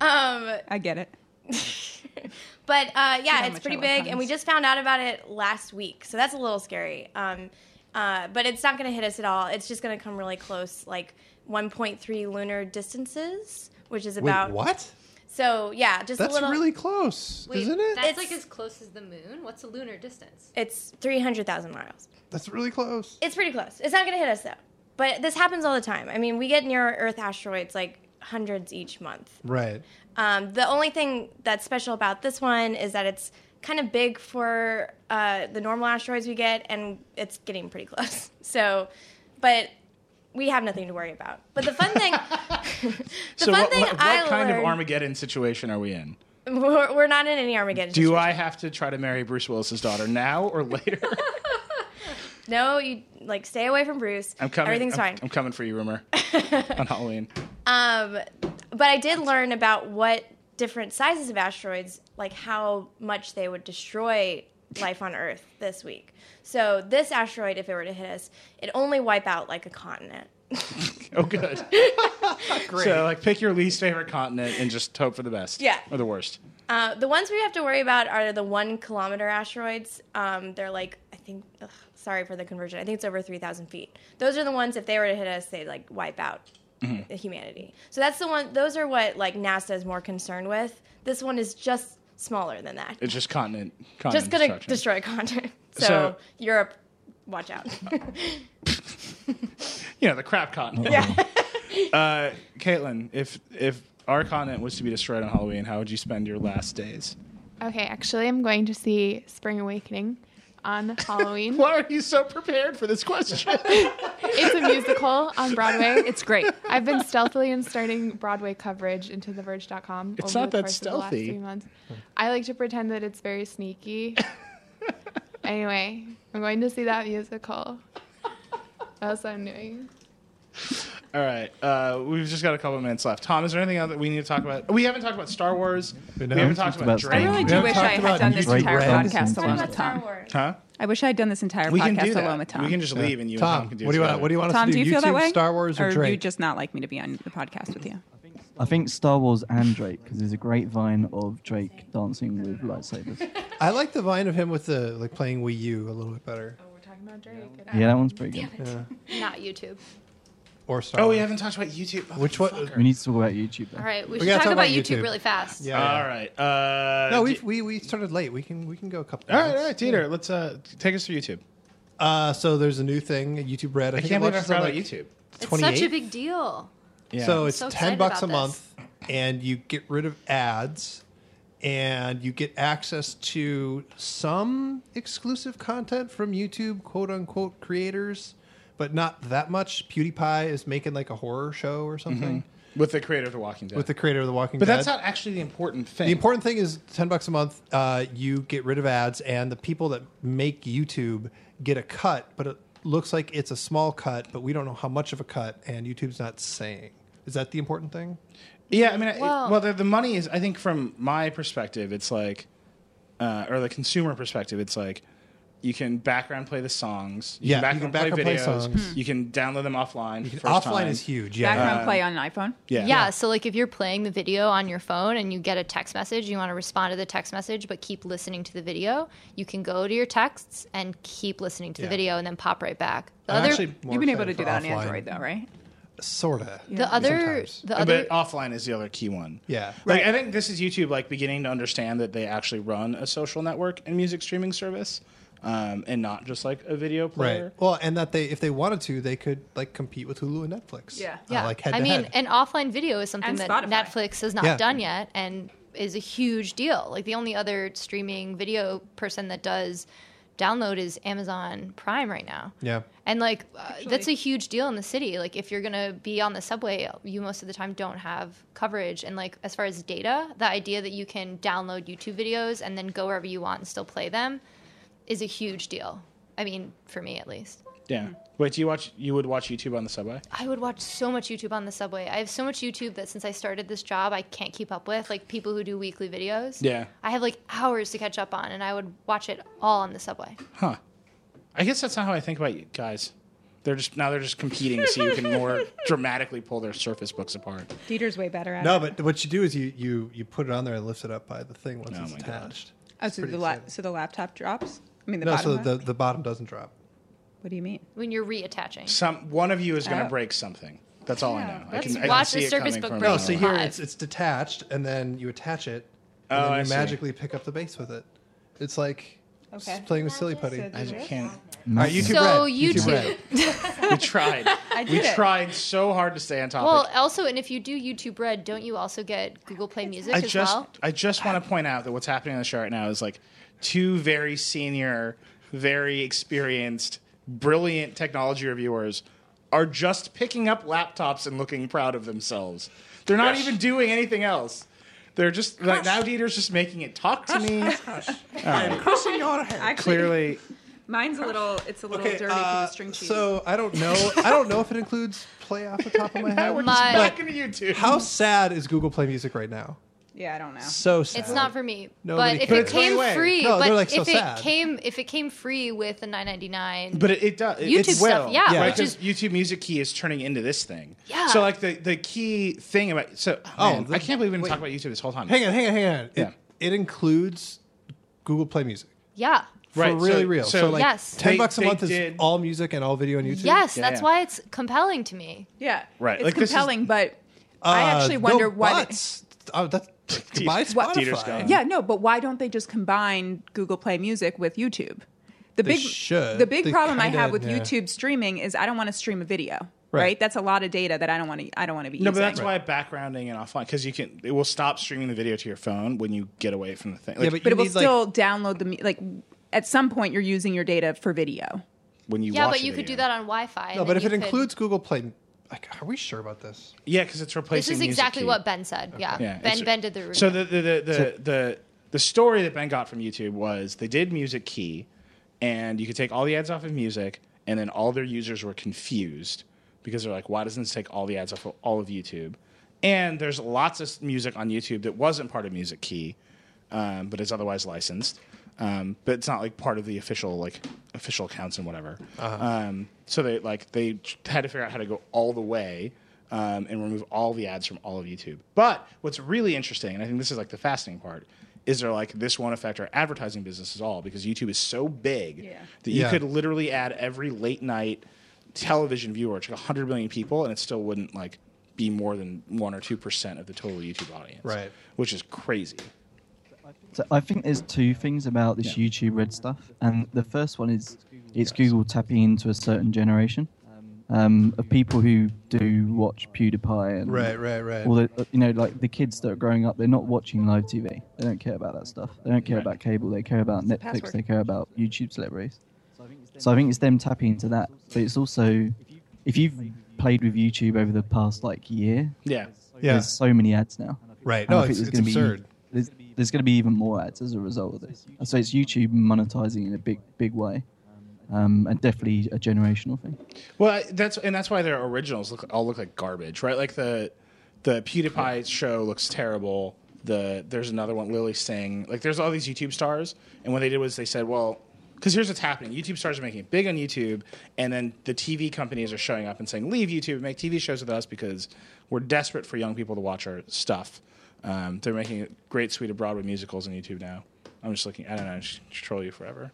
S2: I get it.
S4: But uh, yeah,
S2: much I
S4: it's pretty
S2: love
S4: big, and we
S2: puns.
S4: just found out about it last week, so that's a little scary. Um, uh, but it's not going to hit us at all. It's just going to come really close, like 1.3 lunar distances, which is
S6: Wait,
S4: about
S6: what?
S4: So yeah, just
S6: That's
S4: a little.
S6: really close,
S5: Wait,
S6: isn't it?
S5: That's
S4: It's-
S5: like as close as the moon. What's a lunar distance?
S4: It's 300,000 miles.
S6: That's really close.
S4: It's pretty close. It's not going to hit us though. But this happens all the time. I mean, we get near Earth asteroids like hundreds each month.
S6: Right.
S4: Um, the only thing that's special about this one is that it's kind of big for uh, the normal asteroids we get, and it's getting pretty close. [laughs] So, but we have nothing to worry about. But the fun thing, [laughs] the
S1: so
S4: fun
S1: what,
S4: thing
S1: what, what
S4: I
S1: kind of
S4: learned,
S1: Armageddon situation are we in?
S4: [laughs] we're, we're not in any Armageddon.
S1: Do
S4: situation.
S1: I have to try to marry Bruce Willis's daughter now or
S4: [laughs]
S1: later?
S4: No, you like stay away from Bruce.
S1: I'm coming.
S4: Everything's
S1: I'm,
S4: fine.
S1: I'm coming for you,
S4: [laughs]
S1: rumor. on Halloween.
S4: Um, but I did learn about what different sizes of asteroids, like how much they would destroy life on Earth this week. So this asteroid, if it were to hit us, it only wipe out like a continent.
S1: Oh,
S4: [laughs]
S1: good. So, like, pick your least favorite continent and just hope for the best.
S4: Yeah.
S1: Or the worst.
S4: Uh, the ones we have to worry about are the one kilometer asteroids. Um, they're like, I think, ugh, sorry for the conversion. I think it's over 3,000 feet. Those are the ones, if they were to hit us, they'd like wipe out the humanity. So that's the one, those are what like NASA is more concerned with. This one is just smaller than that.
S1: It's just continent. continent
S4: just going to
S1: destruction.
S4: destroy content. [laughs] So,
S1: So-
S4: Europe, watch
S7: [laughs]
S4: out.
S1: you know, the crap continent.
S4: yeah.
S1: [laughs] Uh, Caitlin, if if our continent was to be destroyed on Halloween, how would you spend your last days?
S7: Okay, actually, I'm going to see Spring Awakening on Halloween.
S1: Why are you so prepared for this question? [laughs]
S7: it's a musical
S2: [laughs]
S7: on Broadway.
S2: It's great.
S7: I've been stealthily in starting Broadway coverage into TheVerge.com.
S1: It's
S7: over
S1: not
S7: the
S1: that
S7: course of the last
S1: stealthy.
S7: three months. I like to pretend that it's
S1: [laughs]
S7: very sneaky. anyway, I'm going to see that musical. That's what I'm doing.
S1: All right, uh, we've just got a couple of minutes left. Tom, is there anything else that we need to talk about? We haven't talked about Star Wars. We,
S6: know.
S1: haven't talked about
S3: About
S1: Drake.
S2: I really do
S6: haven't
S2: wish
S6: talked
S2: I had
S6: about
S2: done this
S6: Great
S3: Great
S2: entire
S3: Red.
S2: podcast
S3: Talk
S2: alone
S4: about
S2: with
S4: Star
S2: Tom.
S4: Wars.
S1: Huh?
S2: I wish I had done this entire
S1: We can do
S2: podcast
S1: that.
S2: alone with Tom.
S1: We can just leave and you and Tom
S6: Tom,
S1: can
S6: what
S1: do
S6: do you
S1: together.
S6: want? What do you want us
S2: Tom,
S6: to
S2: do
S6: do?
S2: you feel that
S6: YouTube,
S2: way?
S6: Star Wars, or,
S2: or
S6: Drake?
S2: you just not like me to be on the podcast with you?
S3: I think Star Wars and Drake, because there's a great vine of Drake dancing with lightsabers.
S6: I like the vine of him with the like playing Wii U a little bit better,
S7: We're talking about Drake.
S3: Yeah, that one's pretty good.
S5: Not YouTube.
S6: or Star.
S1: Oh,
S6: Wars.
S1: we haven't talked about YouTube.
S6: Which one-
S1: Motherfucker.
S3: We need to talk about YouTube. Though.
S5: All right, we,
S6: We
S5: should
S6: gotta
S5: talk,
S6: talk
S5: about,
S6: about
S5: YouTube
S6: YouTube.
S5: really fast.
S6: Yeah.
S1: All right. Uh,
S6: No, we,
S1: d-
S6: we we started late. We can we can go a couple.
S1: all right,
S6: minutes.
S1: all right, Dieter. Let's uh, take us through YouTube.
S6: Uh, so there's a new thing, YouTube Red. I,
S1: I,
S6: think
S1: can't
S6: it
S1: believe I
S6: launches on,
S1: forgot about
S6: like,
S1: YouTube.
S5: It's such a
S6: 28?
S5: big deal.
S1: Yeah.
S6: So it's
S5: so
S6: ten
S5: excited
S6: bucks a
S5: about this.
S6: month, and you get rid of ads, and you get access to some exclusive content from YouTube, quote unquote creators, but not that much. PewDiePie is making like a horror show or something
S1: with the creator of The Walking Dead.
S6: with the creator of The Walking
S1: Mm-hmm. but
S6: Dead.
S1: that's not actually the important thing.
S6: the important thing is ten bucks a month. Uh, you get rid of ads, and the people that make YouTube get a cut, but it looks like it's a small cut, but we don't know how much of a cut, and YouTube's not saying. Is that the important thing?
S1: Yeah, I mean, well,
S5: Well-
S1: well the, the money is. I think from my perspective, it's like, uh, or the consumer perspective, it's like you can background play the songs. You
S6: Yeah, you
S1: can
S6: can
S1: background play videos.
S6: background play
S2: Hmm.
S6: songs.
S1: You can download them offline. for the first
S6: Offline
S1: time.
S6: is huge. Yeah.
S2: Background play on an iPhone.
S1: Yeah.
S5: Yeah. So like if you're playing the video on your phone and you get a text message, you want to respond to the text message but keep listening to the video, you can go to your texts and keep listening to
S6: Yeah.
S5: the video and then pop right back. The
S6: I'm
S5: other
S6: actually more
S2: You've been able to
S6: excited
S2: do
S6: for
S2: that on
S6: offline.
S2: Android though, right?
S6: Sorta.
S5: the other
S6: Sometimes.
S5: the other
S1: but offline is the other key one.
S6: Yeah.
S1: Like I think this is YouTube like beginning to understand that they actually run a social network and music streaming service, um, and not just like a video
S6: Right.
S1: player.
S6: Well, and that they, if they wanted to, they could like compete with Hulu and Netflix.
S2: Yeah.
S6: Uh,
S5: yeah.
S6: like head
S5: I
S6: to
S5: mean,
S6: head.
S5: an offline video is something
S2: And
S5: that
S2: Spotify.
S5: Netflix has not
S6: Yeah.
S5: done yet and is a huge deal. Like the only other streaming video person that does download is Amazon Prime right now.
S6: yeah.
S5: And like uh, that's
S2: Actually-
S5: a huge deal in the city. Like if you're gonna be on the subway, you most of the time don't have coverage. And like as far as data, the idea that you can download YouTube videos and then go wherever you want and still play them is a huge deal. I mean, for me at least.
S1: Yeah. Wait, do you watch? You would watch YouTube on the subway?
S5: I would watch so much YouTube on the subway. I have so much YouTube that since I started this job, I can't keep up with. Like people who do weekly videos.
S1: Yeah.
S5: I have like hours to catch up on, and I would watch it all on the subway.
S1: Huh. I guess that's not how I think about you guys. They're just now they're just competing so you can
S5: [laughs]
S1: more dramatically pull their surface books apart.
S2: Dieter's way better at
S6: No, but what you do is you you you put it on there and lift it up by the thing once
S1: Oh
S6: it's
S1: my
S6: attached.
S2: Oh, so
S6: pretty
S2: the la-
S6: exciting.
S2: so the laptop drops. I mean, the
S6: No,
S2: bottom.
S6: so the,
S2: one?
S6: the bottom doesn't drop.
S2: what do you mean?
S5: When you're reattaching.
S1: Some one of you is going to
S2: Oh.
S1: break something. That's all I know. I
S5: let's
S1: can, I can
S5: watch
S1: see
S5: the
S1: it
S5: surface
S1: coming
S5: book
S1: from
S5: break.
S1: a
S6: No,
S5: Right.
S1: mile
S6: Oh, so
S1: away.
S6: here
S5: Five.
S6: it's it's detached and then you attach it and
S1: Oh,
S6: then you
S1: I see.
S6: magically pick up the base with it. It's like s-
S2: Okay.
S6: playing with silly putty.
S2: So
S1: I
S2: did you?
S5: [laughs]
S1: can't.
S6: All right, YouTube
S5: So
S6: Red.
S5: YouTube.
S6: Red.
S2: [laughs]
S1: We
S5: [laughs]
S1: tried.
S2: I
S1: we
S2: did it.
S1: tried so hard to stay on topic.
S5: Well, also, and if you do YouTube Red, don't you also get Google Play Music
S1: I
S5: as
S1: just
S5: well?
S1: I just want to point out that what's happening on the show right now is like two very senior, very experienced, brilliant technology reviewers are just picking up laptops and looking proud of themselves. They're not even doing anything else. They're just like now Dieter's just making it talk to me.
S2: Actually,
S1: Clearly,
S2: mine's a little. It's a little
S6: Okay,
S2: dirty from
S6: uh,
S2: the string cheese.
S6: so I don't know. I don't know if
S5: [laughs]
S6: it includes play off the top of my head.
S1: we're just
S5: My-
S1: back into YouTube.
S6: How sad is Google Play Music right now?
S2: Yeah, I don't know.
S6: So sad.
S5: It's not for me.
S6: Nobody
S5: but if it
S6: cares. But it's going
S5: came
S1: away.
S5: free,
S6: No,
S5: but
S6: they're, like, so
S5: if it
S6: sad.
S5: came if it came free with a 9.99,
S1: But it, it does. it-
S5: YouTube
S1: it's
S5: stuff,
S1: will,
S5: yeah,
S1: right?
S5: which is-
S1: 'Cause YouTube Music Key is turning into this thing.
S5: Yeah.
S1: So like the, the key thing about so oh
S6: Oh,
S1: man,
S6: the-
S1: I can't believe we didn't talk about YouTube this whole time.
S6: Hang on, hang on, hang on. It,
S1: Yeah.
S6: it includes Google Play Music.
S5: yeah.
S6: For really real. So, like
S5: Yes.
S6: ten
S1: They-
S6: bucks a
S1: they
S6: month is
S1: did-
S6: all music and all video on YouTube.
S5: Yes,
S1: Yeah,
S5: that's
S1: yeah.
S5: why it's compelling to me.
S2: Yeah,
S1: Right,
S2: It's
S1: like, this is-
S2: compelling, but I
S6: Uh,
S2: actually wonder why. They,
S6: That's,
S1: [laughs]
S6: oh, that's my
S1: What- Dieter's
S6: Spotify.
S1: gone.
S2: yeah, no, but why don't they just combine Google Play Music with YouTube? The
S6: They
S2: big
S6: should.
S2: the big
S6: They
S2: problem I
S6: kinda-
S2: have with
S6: yeah.
S2: YouTube streaming is I don't want to stream a video. Right.
S6: Right.
S2: that's a lot of data that I don't want to. I don't want to be.
S1: No, but
S2: using.
S1: that's why backgrounding and offline because you can it will stop streaming the video to your phone when you get away from the thing. Like,
S6: Yeah, but
S2: But
S6: you
S2: it will
S6: need, like-
S2: still download the mu- like. At some point, you're using your data for video.
S1: when you
S5: Yeah,
S1: watch
S5: but
S1: the
S5: you could
S1: video.
S5: do that on Wi-Fi. and
S6: No, but
S5: then
S6: if
S5: you
S6: it
S5: could-
S6: includes Google Play, like, are we sure about this?
S1: Yeah, because it's
S5: this
S1: replacing.
S5: is
S1: Music
S5: exactly
S1: Key.
S5: what Ben said. Yeah,
S1: Yeah,
S5: Ben
S1: it's-
S5: Ben did the review.
S1: So the the the, the, the the story that Ben got from YouTube was they did Music Key, and you could take all the ads off of music, and then all their users were confused because they're like, why doesn't this take all the ads off of all of YouTube? And there's lots of music on YouTube that wasn't part of Music Key, um, but is otherwise licensed. Um, but it's not like part of the official like official accounts and whatever.
S6: Uh-huh.
S1: Um, so they like they had to figure out how to go all the way um, and remove all the ads from all of YouTube. But what's really interesting, and I think this is like the fascinating part, is they're like this won't affect our advertising business at all because YouTube is so big
S2: Yeah.
S1: that you
S6: Yeah.
S1: could literally add every late night television viewer to 100 million people and it still wouldn't like be more than 1 or 2% of the total YouTube audience.
S6: Right.
S1: Which is crazy.
S3: So I think there's two things about this YouTube Red stuff, and the first one is it's Google tapping into a certain generation um, of people who do watch PewDiePie and
S6: Right, right, right.
S3: All the, uh, you know, like the kids that are growing up, they're not watching live TV. They don't care about that stuff. They don't care about cable. They care about Netflix.
S2: password.
S3: They care about YouTube celebrities. So I think it's them tapping into that. But it's also if you've played with YouTube over the past like year,
S1: Yeah.
S6: Yeah.
S3: there's so many ads now.
S6: Right.
S3: And I
S6: No,
S3: think
S6: it's,
S3: there's
S6: it's
S3: gonna be-
S6: absurd.
S3: there's there's going to be even more ads as a result of this. And so it's YouTube monetizing in a big big way, um, and definitely a generational thing.
S1: Well, I- that's and that's why their originals look all look like garbage, right? Like the the PewDiePie show looks terrible. The there's another one, Lily Singh. Like there's all these YouTube stars, and what they did was they said, well, because here's what's happening: YouTube stars are making it big on YouTube, and then the TV companies are showing up and saying, leave YouTube, make TV shows with us because we're desperate for young people to watch our stuff. Um, they're making a great suite of Broadway musicals on YouTube now. I'm just looking. I don't know. I should troll you forever.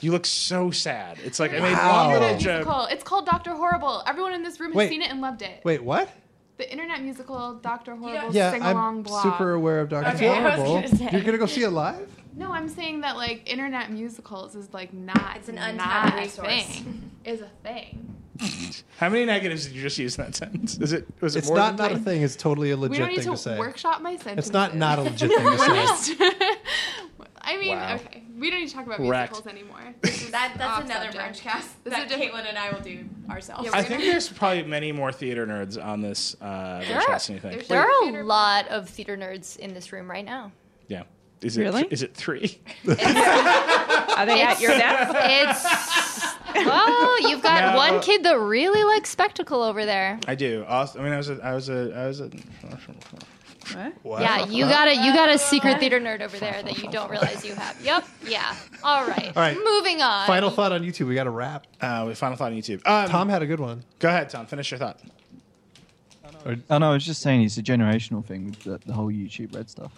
S1: You look so sad. It's like I made
S6: Wow.
S1: one little
S6: Internet
S1: joke.
S7: Musical. It's called Doctor Horrible. Everyone in this room has
S6: Wait.
S7: seen it and loved it.
S6: Wait, what?
S7: The internet musical Doctor Horrible
S6: Yeah,
S7: sing along
S6: I'm
S7: blog.
S6: super aware of Doctor
S4: Okay, I was
S6: Horrible.
S4: gonna say.
S6: You're gonna go see it live?
S7: No, I'm saying that like internet musicals is like not.
S4: It's an
S7: not
S4: untapped
S7: a
S4: resource.
S7: Thing, is a thing.
S1: How many negatives did you just use in that sentence? Is it was it
S6: It's
S1: more
S6: not
S1: than
S6: not a thing. It's totally a
S7: We
S6: legit
S7: don't need
S6: thing to,
S7: to,
S6: say.
S7: workshop my sentences.
S6: It's not
S7: [laughs]
S6: not a legit thing to say.
S7: I mean,
S1: Wow.
S7: okay. We don't need to talk about
S1: Wrecked.
S7: musicals anymore. This is
S4: That
S7: off
S4: that's another
S7: subject.
S4: merge cast
S7: This is
S4: that
S7: a different-
S4: Caitlin and I will do ourselves.
S1: I think there's probably many more theater nerds on this uh
S5: There are.
S1: podcast than you think.
S7: There's-
S5: there are
S7: Theater-
S5: a lot of theater nerds in this room right now.
S1: Yeah. Is it
S2: Really?
S1: is it three?
S2: Are they at your desk?
S5: It's well, you've got
S1: No.
S5: one kid that really likes spectacle over there.
S1: I do. Aus- I mean I was a I was a I was a
S2: [laughs] What?
S6: Wow. [laughs]
S5: Yeah, you got a you got
S2: [laughs]
S5: a secret theater nerd over there that you don't realize you have. Yep. Yeah. All right.
S6: All right.
S5: Moving on.
S6: Final thought on YouTube. We got to wrap.
S1: uh, with final thought on YouTube. Um,
S6: Tom had a good one.
S1: go ahead, Tom. Finish your thought.
S3: Oh no, I was just saying it's a generational thing with the, the whole YouTube Red stuff.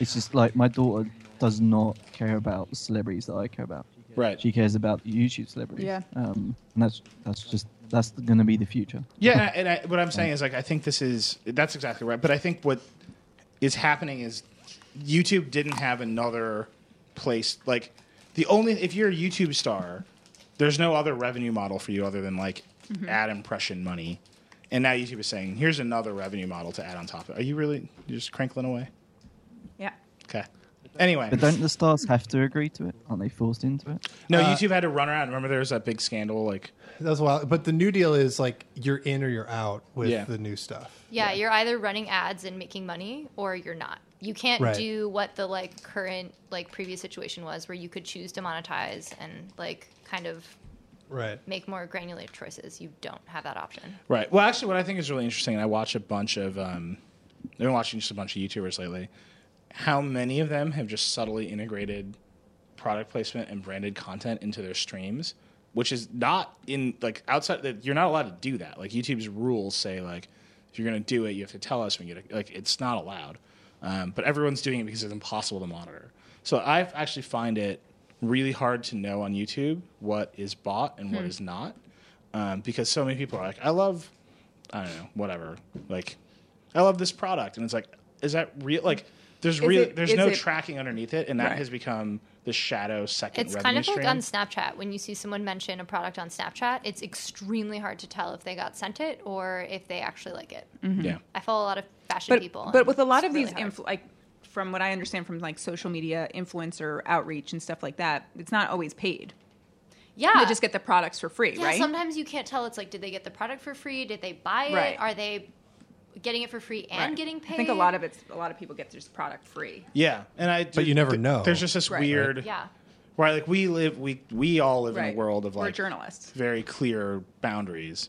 S3: It's just like my daughter does not care about the celebrities that I care about.
S1: Right.
S3: She cares about the YouTube celebrities.
S2: Yeah.
S3: Um, and that's that's just that's going to be the future.
S1: Yeah, and, I, and I, what I'm saying is like I think this is that's exactly right. But I think what is happening is YouTube didn't have another place. Like the only if you're a YouTube star, there's no other revenue model for you other than like ad impression money. And now YouTube is saying, here's another revenue model to add on top of. it." Are you really you're just crinkling away?
S2: Yeah.
S1: Okay. Anyway,
S3: But don't the stars have to agree to it? Aren't they forced into it?
S1: no, YouTube had to run around. Remember, there was that big scandal. Like,
S6: That was wild. But the new deal is like you're in or you're out with
S1: Yeah.
S6: the new stuff.
S5: Yeah, you're either running ads and making money or you're not. You can't
S6: Right.
S5: do what the like current like previous situation was where you could choose to monetize and like kind of
S6: Right.
S5: make more granular choices. You don't have that option.
S1: Right. Well, actually, what I think is really interesting, and I watch a bunch of um, I've been watching just a bunch of YouTubers lately. How many of them have just subtly integrated product placement and branded content into their streams, which is not in like outside that you're not allowed to do that. Like YouTube's rules say like if you're going to do it, you have to tell us when you get like it's not allowed. Um, but everyone's doing it because it's impossible to monitor. So I actually find it really hard to know on YouTube what is bought and what is not, um, because so many people are like, I love, I don't know, whatever. Like, I love this product, and it's like, is that real? Like, there's real,
S2: it-
S1: there's
S2: is
S1: no
S2: it-
S1: tracking underneath it, and that
S2: Right.
S1: has become the shadow second.
S5: It's
S1: revenue
S5: kind of
S1: stream.
S5: like on Snapchat when you see someone mention a product on Snapchat, it's extremely hard to tell if they got sent it or if they actually like it.
S2: Mm-hmm.
S6: Hmm.
S1: yeah.
S5: I follow a lot of fashion
S2: but,
S5: people.
S2: But
S5: and
S2: with a lot
S5: it's
S2: of
S5: really
S2: these,
S5: hard.
S2: influ- like from what I understand from like social media influencer outreach and stuff like that, it's not always paid.
S5: yeah,
S2: They just get the products for free,
S5: yeah.
S2: right?
S5: Sometimes you can't tell. It's like, did they get the product for free? Did they buy it?
S2: Right.
S5: Are they getting it for free and
S2: Right.
S5: getting paid?
S2: I think a lot of it's a lot of people get this product free.
S1: Yeah, and I.
S6: But you never know.
S1: There's just this
S2: Right.
S1: weird.
S5: yeah.
S1: Right, like we live, we we all live in
S2: Right.
S1: a world of
S2: We're
S1: like
S2: journalists.
S1: very clear boundaries.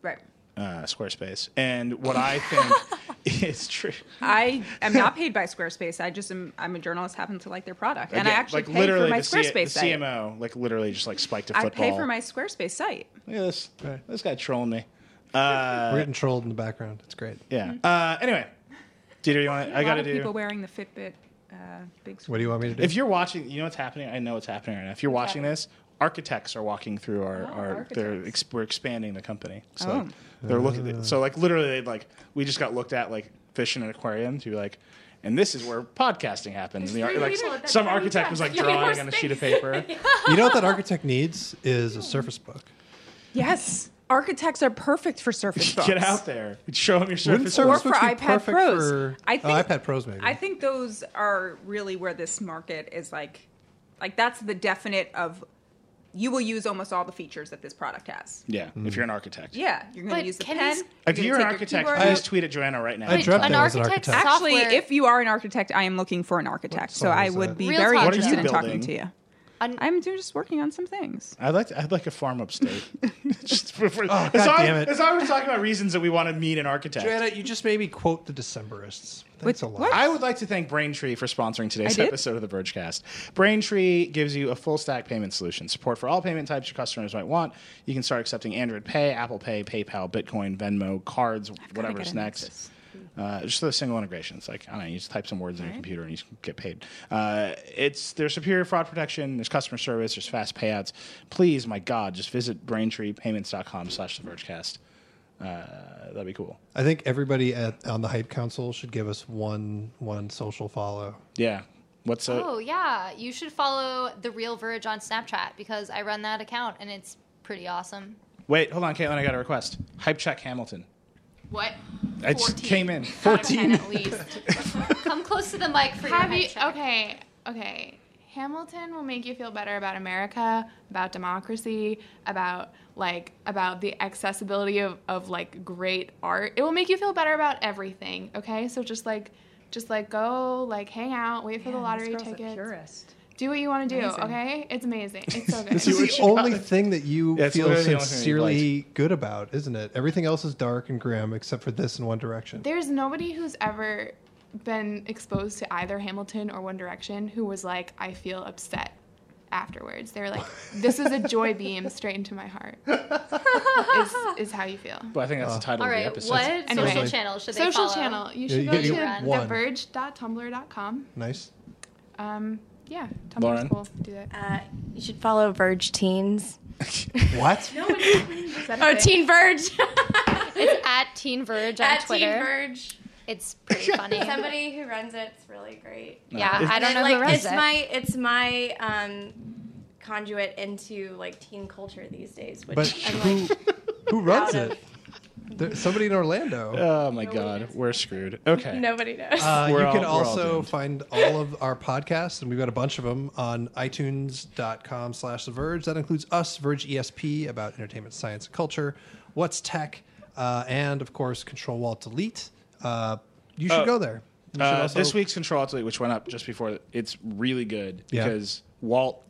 S2: Right.
S1: Uh, Squarespace, and what I
S2: [laughs]
S1: think is true.
S2: I am not paid by Squarespace. I just am. I'm a journalist. Happen to like their product, and I
S1: Again,
S2: actually
S1: like
S2: pay for
S1: literally
S2: my
S1: the, C-
S2: Squarespace
S1: the
S2: site.
S1: CMO, like literally just like spiked a
S2: I
S1: football.
S2: pay for my Squarespace site.
S1: Look at this, this guy trolling me.
S6: [laughs]
S1: Uh,
S6: We're Mm-hmm. getting trolled in the background. It's great.
S1: Yeah. Uh, anyway, Dieter, you want? to I
S2: A lot
S1: gotta
S2: of
S1: do.
S2: people wearing the Fitbit uh, big.
S6: What do you want me to do?
S1: If you're watching, you know what's happening. I know what's happening right now. If you're watching this, architects are walking through our. our they're ex- we're expanding the company, so like,
S2: Oh.
S1: they're looking. so like literally, they'd, like we just got looked at like fish in an aquarium to be like, and this is where podcasting happens. And the, ar- like some architect was
S2: [laughs]
S1: like drawing on a sheet of paper.
S6: you know what that architect needs is a
S2: [laughs]
S6: Surface Book.
S2: Yes, architects are perfect for Surface books.
S1: [laughs] Get out there, show them your
S6: Wouldn't
S1: surface.
S6: Surface
S1: Book.
S2: for
S6: Books be
S2: iPad
S6: perfect
S2: Pros.
S6: for
S2: I
S6: oh,
S2: think-
S6: iPad Pros? Maybe.
S2: I think those are really where this market is like, like that's the definite of. You will use almost all the features that this product has.
S1: Yeah,
S6: Mm.
S1: if you're an architect.
S2: Yeah, you're going
S5: But
S2: to use the
S5: can
S2: pen.
S5: these-
S1: If
S2: you're
S1: you're an
S2: gonna take your
S1: architect,
S2: keyboard
S1: please tweet at Joanna right now.
S6: I
S5: Wait,
S6: dreamt
S5: an
S6: I was an
S5: architect's
S6: architect.
S2: Actually,
S5: software-
S2: if you are an architect, I am looking for an architect, so
S6: song
S2: I
S6: is
S2: would
S6: that?
S2: be
S5: Real
S2: very
S5: talk,
S2: interested
S5: though.
S2: in talking
S1: Building.
S2: to you.
S5: Un-
S2: I'm just working on some things.
S1: I'd like to, I'd like a farm
S5: [laughs]
S1: upstate. [laughs] Just for, for, oh,
S6: God
S1: I,
S6: damn it.
S1: As I was talking about reasons that we want to meet an architect.
S6: Joanna, you just made me quote the Decemberists. Thanks
S2: Wait,
S6: a lot.
S2: what?
S1: I would like to thank Braintree for sponsoring today's
S2: I did?
S1: episode of the Vergecast. Braintree gives you a full stack payment solution, support for all payment types your customers might want. You can start accepting Android Pay, Apple Pay, PayPal, Bitcoin, Venmo, cards,
S2: gotta
S1: whatever's
S2: get a
S1: next.
S2: Nexus.
S1: Uh, just the single integrations. Like, I don't know, you just type some words in your computer and you just get paid. Uh, it's There's superior fraud protection, there's customer service, there's fast payouts. Please, my God, just visit braintreepayments.com slash the Vergecast. Uh, that'd be cool.
S6: I think everybody at, on the Hype Council should give us one one social follow.
S1: Yeah. What's up?
S5: Oh yeah, you should follow the Real Verge on Snapchat because I run that account and it's pretty awesome.
S1: Wait, hold on, Caitlin. I got a request. Hype check Hamilton.
S8: What?
S1: I just
S8: 14.
S1: came in.
S8: Out of 10 at least.
S5: Come close to the mic for your
S7: [laughs] Have you?
S5: mic check.
S7: Okay, okay. Hamilton will make you feel better about America, about democracy, about like about the accessibility of, of like great art. It will make you feel better about everything. Okay, so just like just like go like hang out, wait for the lottery tickets, do what you want to do.
S2: Amazing.
S7: Okay, it's amazing.
S6: [laughs]
S7: It's so good.
S6: This is the only thing that you
S1: Yeah, it's
S6: feel
S1: literally the only thing that you
S6: sincerely good about, isn't it? Everything else is dark and grim except for this in One Direction.
S7: There's nobody who's ever been exposed to either Hamilton or One Direction who was like, I feel upset afterwards. They're like, this is
S6: [laughs]
S7: a joy beam straight into my heart. is, is how you feel.
S1: But I think
S6: Oh.
S1: that's the title
S5: All
S1: of the
S5: right,
S1: episode.
S5: what
S7: Anyway.
S5: social channel should they
S7: Social
S5: follow?
S7: channel. You
S6: Yeah,
S7: should
S6: you
S7: go
S6: get-
S7: to
S6: you get one.
S7: theverge.tumblr.com.
S6: Nice.
S7: Um, yeah, Tumblr's
S1: Lauren?
S7: cool. Do that.
S4: Uh, you should follow Verge Teens.
S6: What?
S4: Oh, Teen Verge. [laughs]
S5: It's at Teen Verge on
S4: At
S5: Twitter.
S4: Teen Verge.
S5: It's pretty funny.
S4: Somebody who runs it's really great.
S5: yeah, I
S4: And
S5: don't
S4: it,
S5: know
S4: like,
S5: who runs
S4: it's
S5: it.
S4: my it's my um, conduit into like teen culture these days, which
S6: But
S4: I'm
S6: who,
S4: like
S6: who runs
S4: out of-
S6: it? There, somebody in Orlando.
S1: Oh my God, we're screwed. Okay.
S4: nobody knows.
S6: Uh, you
S1: We're all-
S6: can
S1: we're all
S6: also
S1: doomed.
S6: find all of our podcasts, and we've got a bunch of them on iTunes.com slash The Verge. That includes us, Verge ESP, about entertainment, science, and culture, What's Tech, uh, and, of course, Control Walt Delete. Uh, you should
S1: Oh.
S6: go there. You should
S1: Uh,
S6: also-
S1: this week's Control Alt Delete, which went up just before, it's really good
S6: Yeah.
S1: because Walt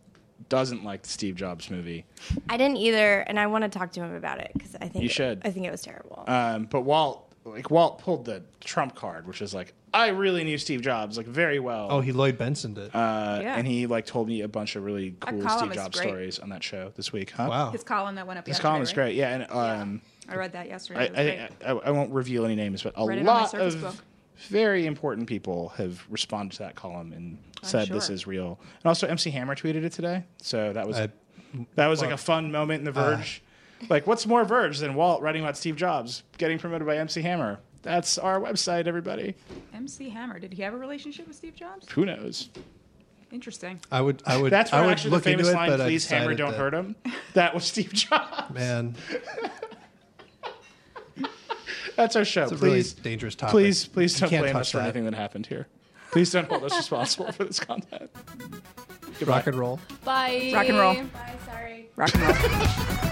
S1: doesn't like the Steve Jobs movie.
S4: I didn't either, and I want to talk to him about it because I think
S1: You should.
S4: I think it was terrible.
S1: Um, but Walt like Walt pulled the Trump card, which is like I really knew Steve Jobs like very well.
S6: Oh, he Lloyd Benson did.
S1: Uh,
S2: Yeah.
S1: and he like told me a bunch of really cool
S2: column
S1: Steve
S2: is
S1: Jobs
S2: great.
S1: stories on that show this week. Huh?
S6: wow.
S2: His column that went up.
S1: Oh. His
S2: yesterday,
S1: column is
S2: right?
S1: great. Yeah, and um,
S2: I read that yesterday.
S1: I,
S2: It was great.
S1: I, I I won't reveal any names, but a
S2: Read it on my
S1: lot
S2: Surface
S1: of
S2: book.
S1: very important people have responded to that column and said this
S2: sure.
S1: is real. And also, MC Hammer tweeted it today, so that was
S6: I- Ah.
S1: that was like
S6: well,
S1: a fun moment in The Verge. like, what's more Verge than Walt writing about Steve Jobs getting promoted by MC Hammer? That's our website, everybody.
S2: MC Hammer. Did he have a relationship with Steve Jobs?
S1: Who knows?
S2: Interesting.
S6: I would. I would.
S1: That's
S6: I
S1: where
S6: would
S1: actually the
S6: look
S1: famous
S6: into it,
S1: line,
S6: but I
S1: "Please Hammer,
S6: decided
S1: don't
S6: that-
S1: hurt him." [laughs] That was Steve Jobs. [laughs]
S6: Man,
S1: That's our show.
S6: it's a really
S1: please,
S6: dangerous topic.
S1: please, please
S6: You
S1: don't
S6: can't
S1: blame
S6: touch
S1: us for
S6: that.
S1: anything that happened here. Please don't hold us [laughs] responsible for this content. Goodbye.
S6: Rock and roll.
S5: Bye.
S2: Rock and roll.
S4: Bye, sorry.
S2: Rock and roll.
S6: Bye.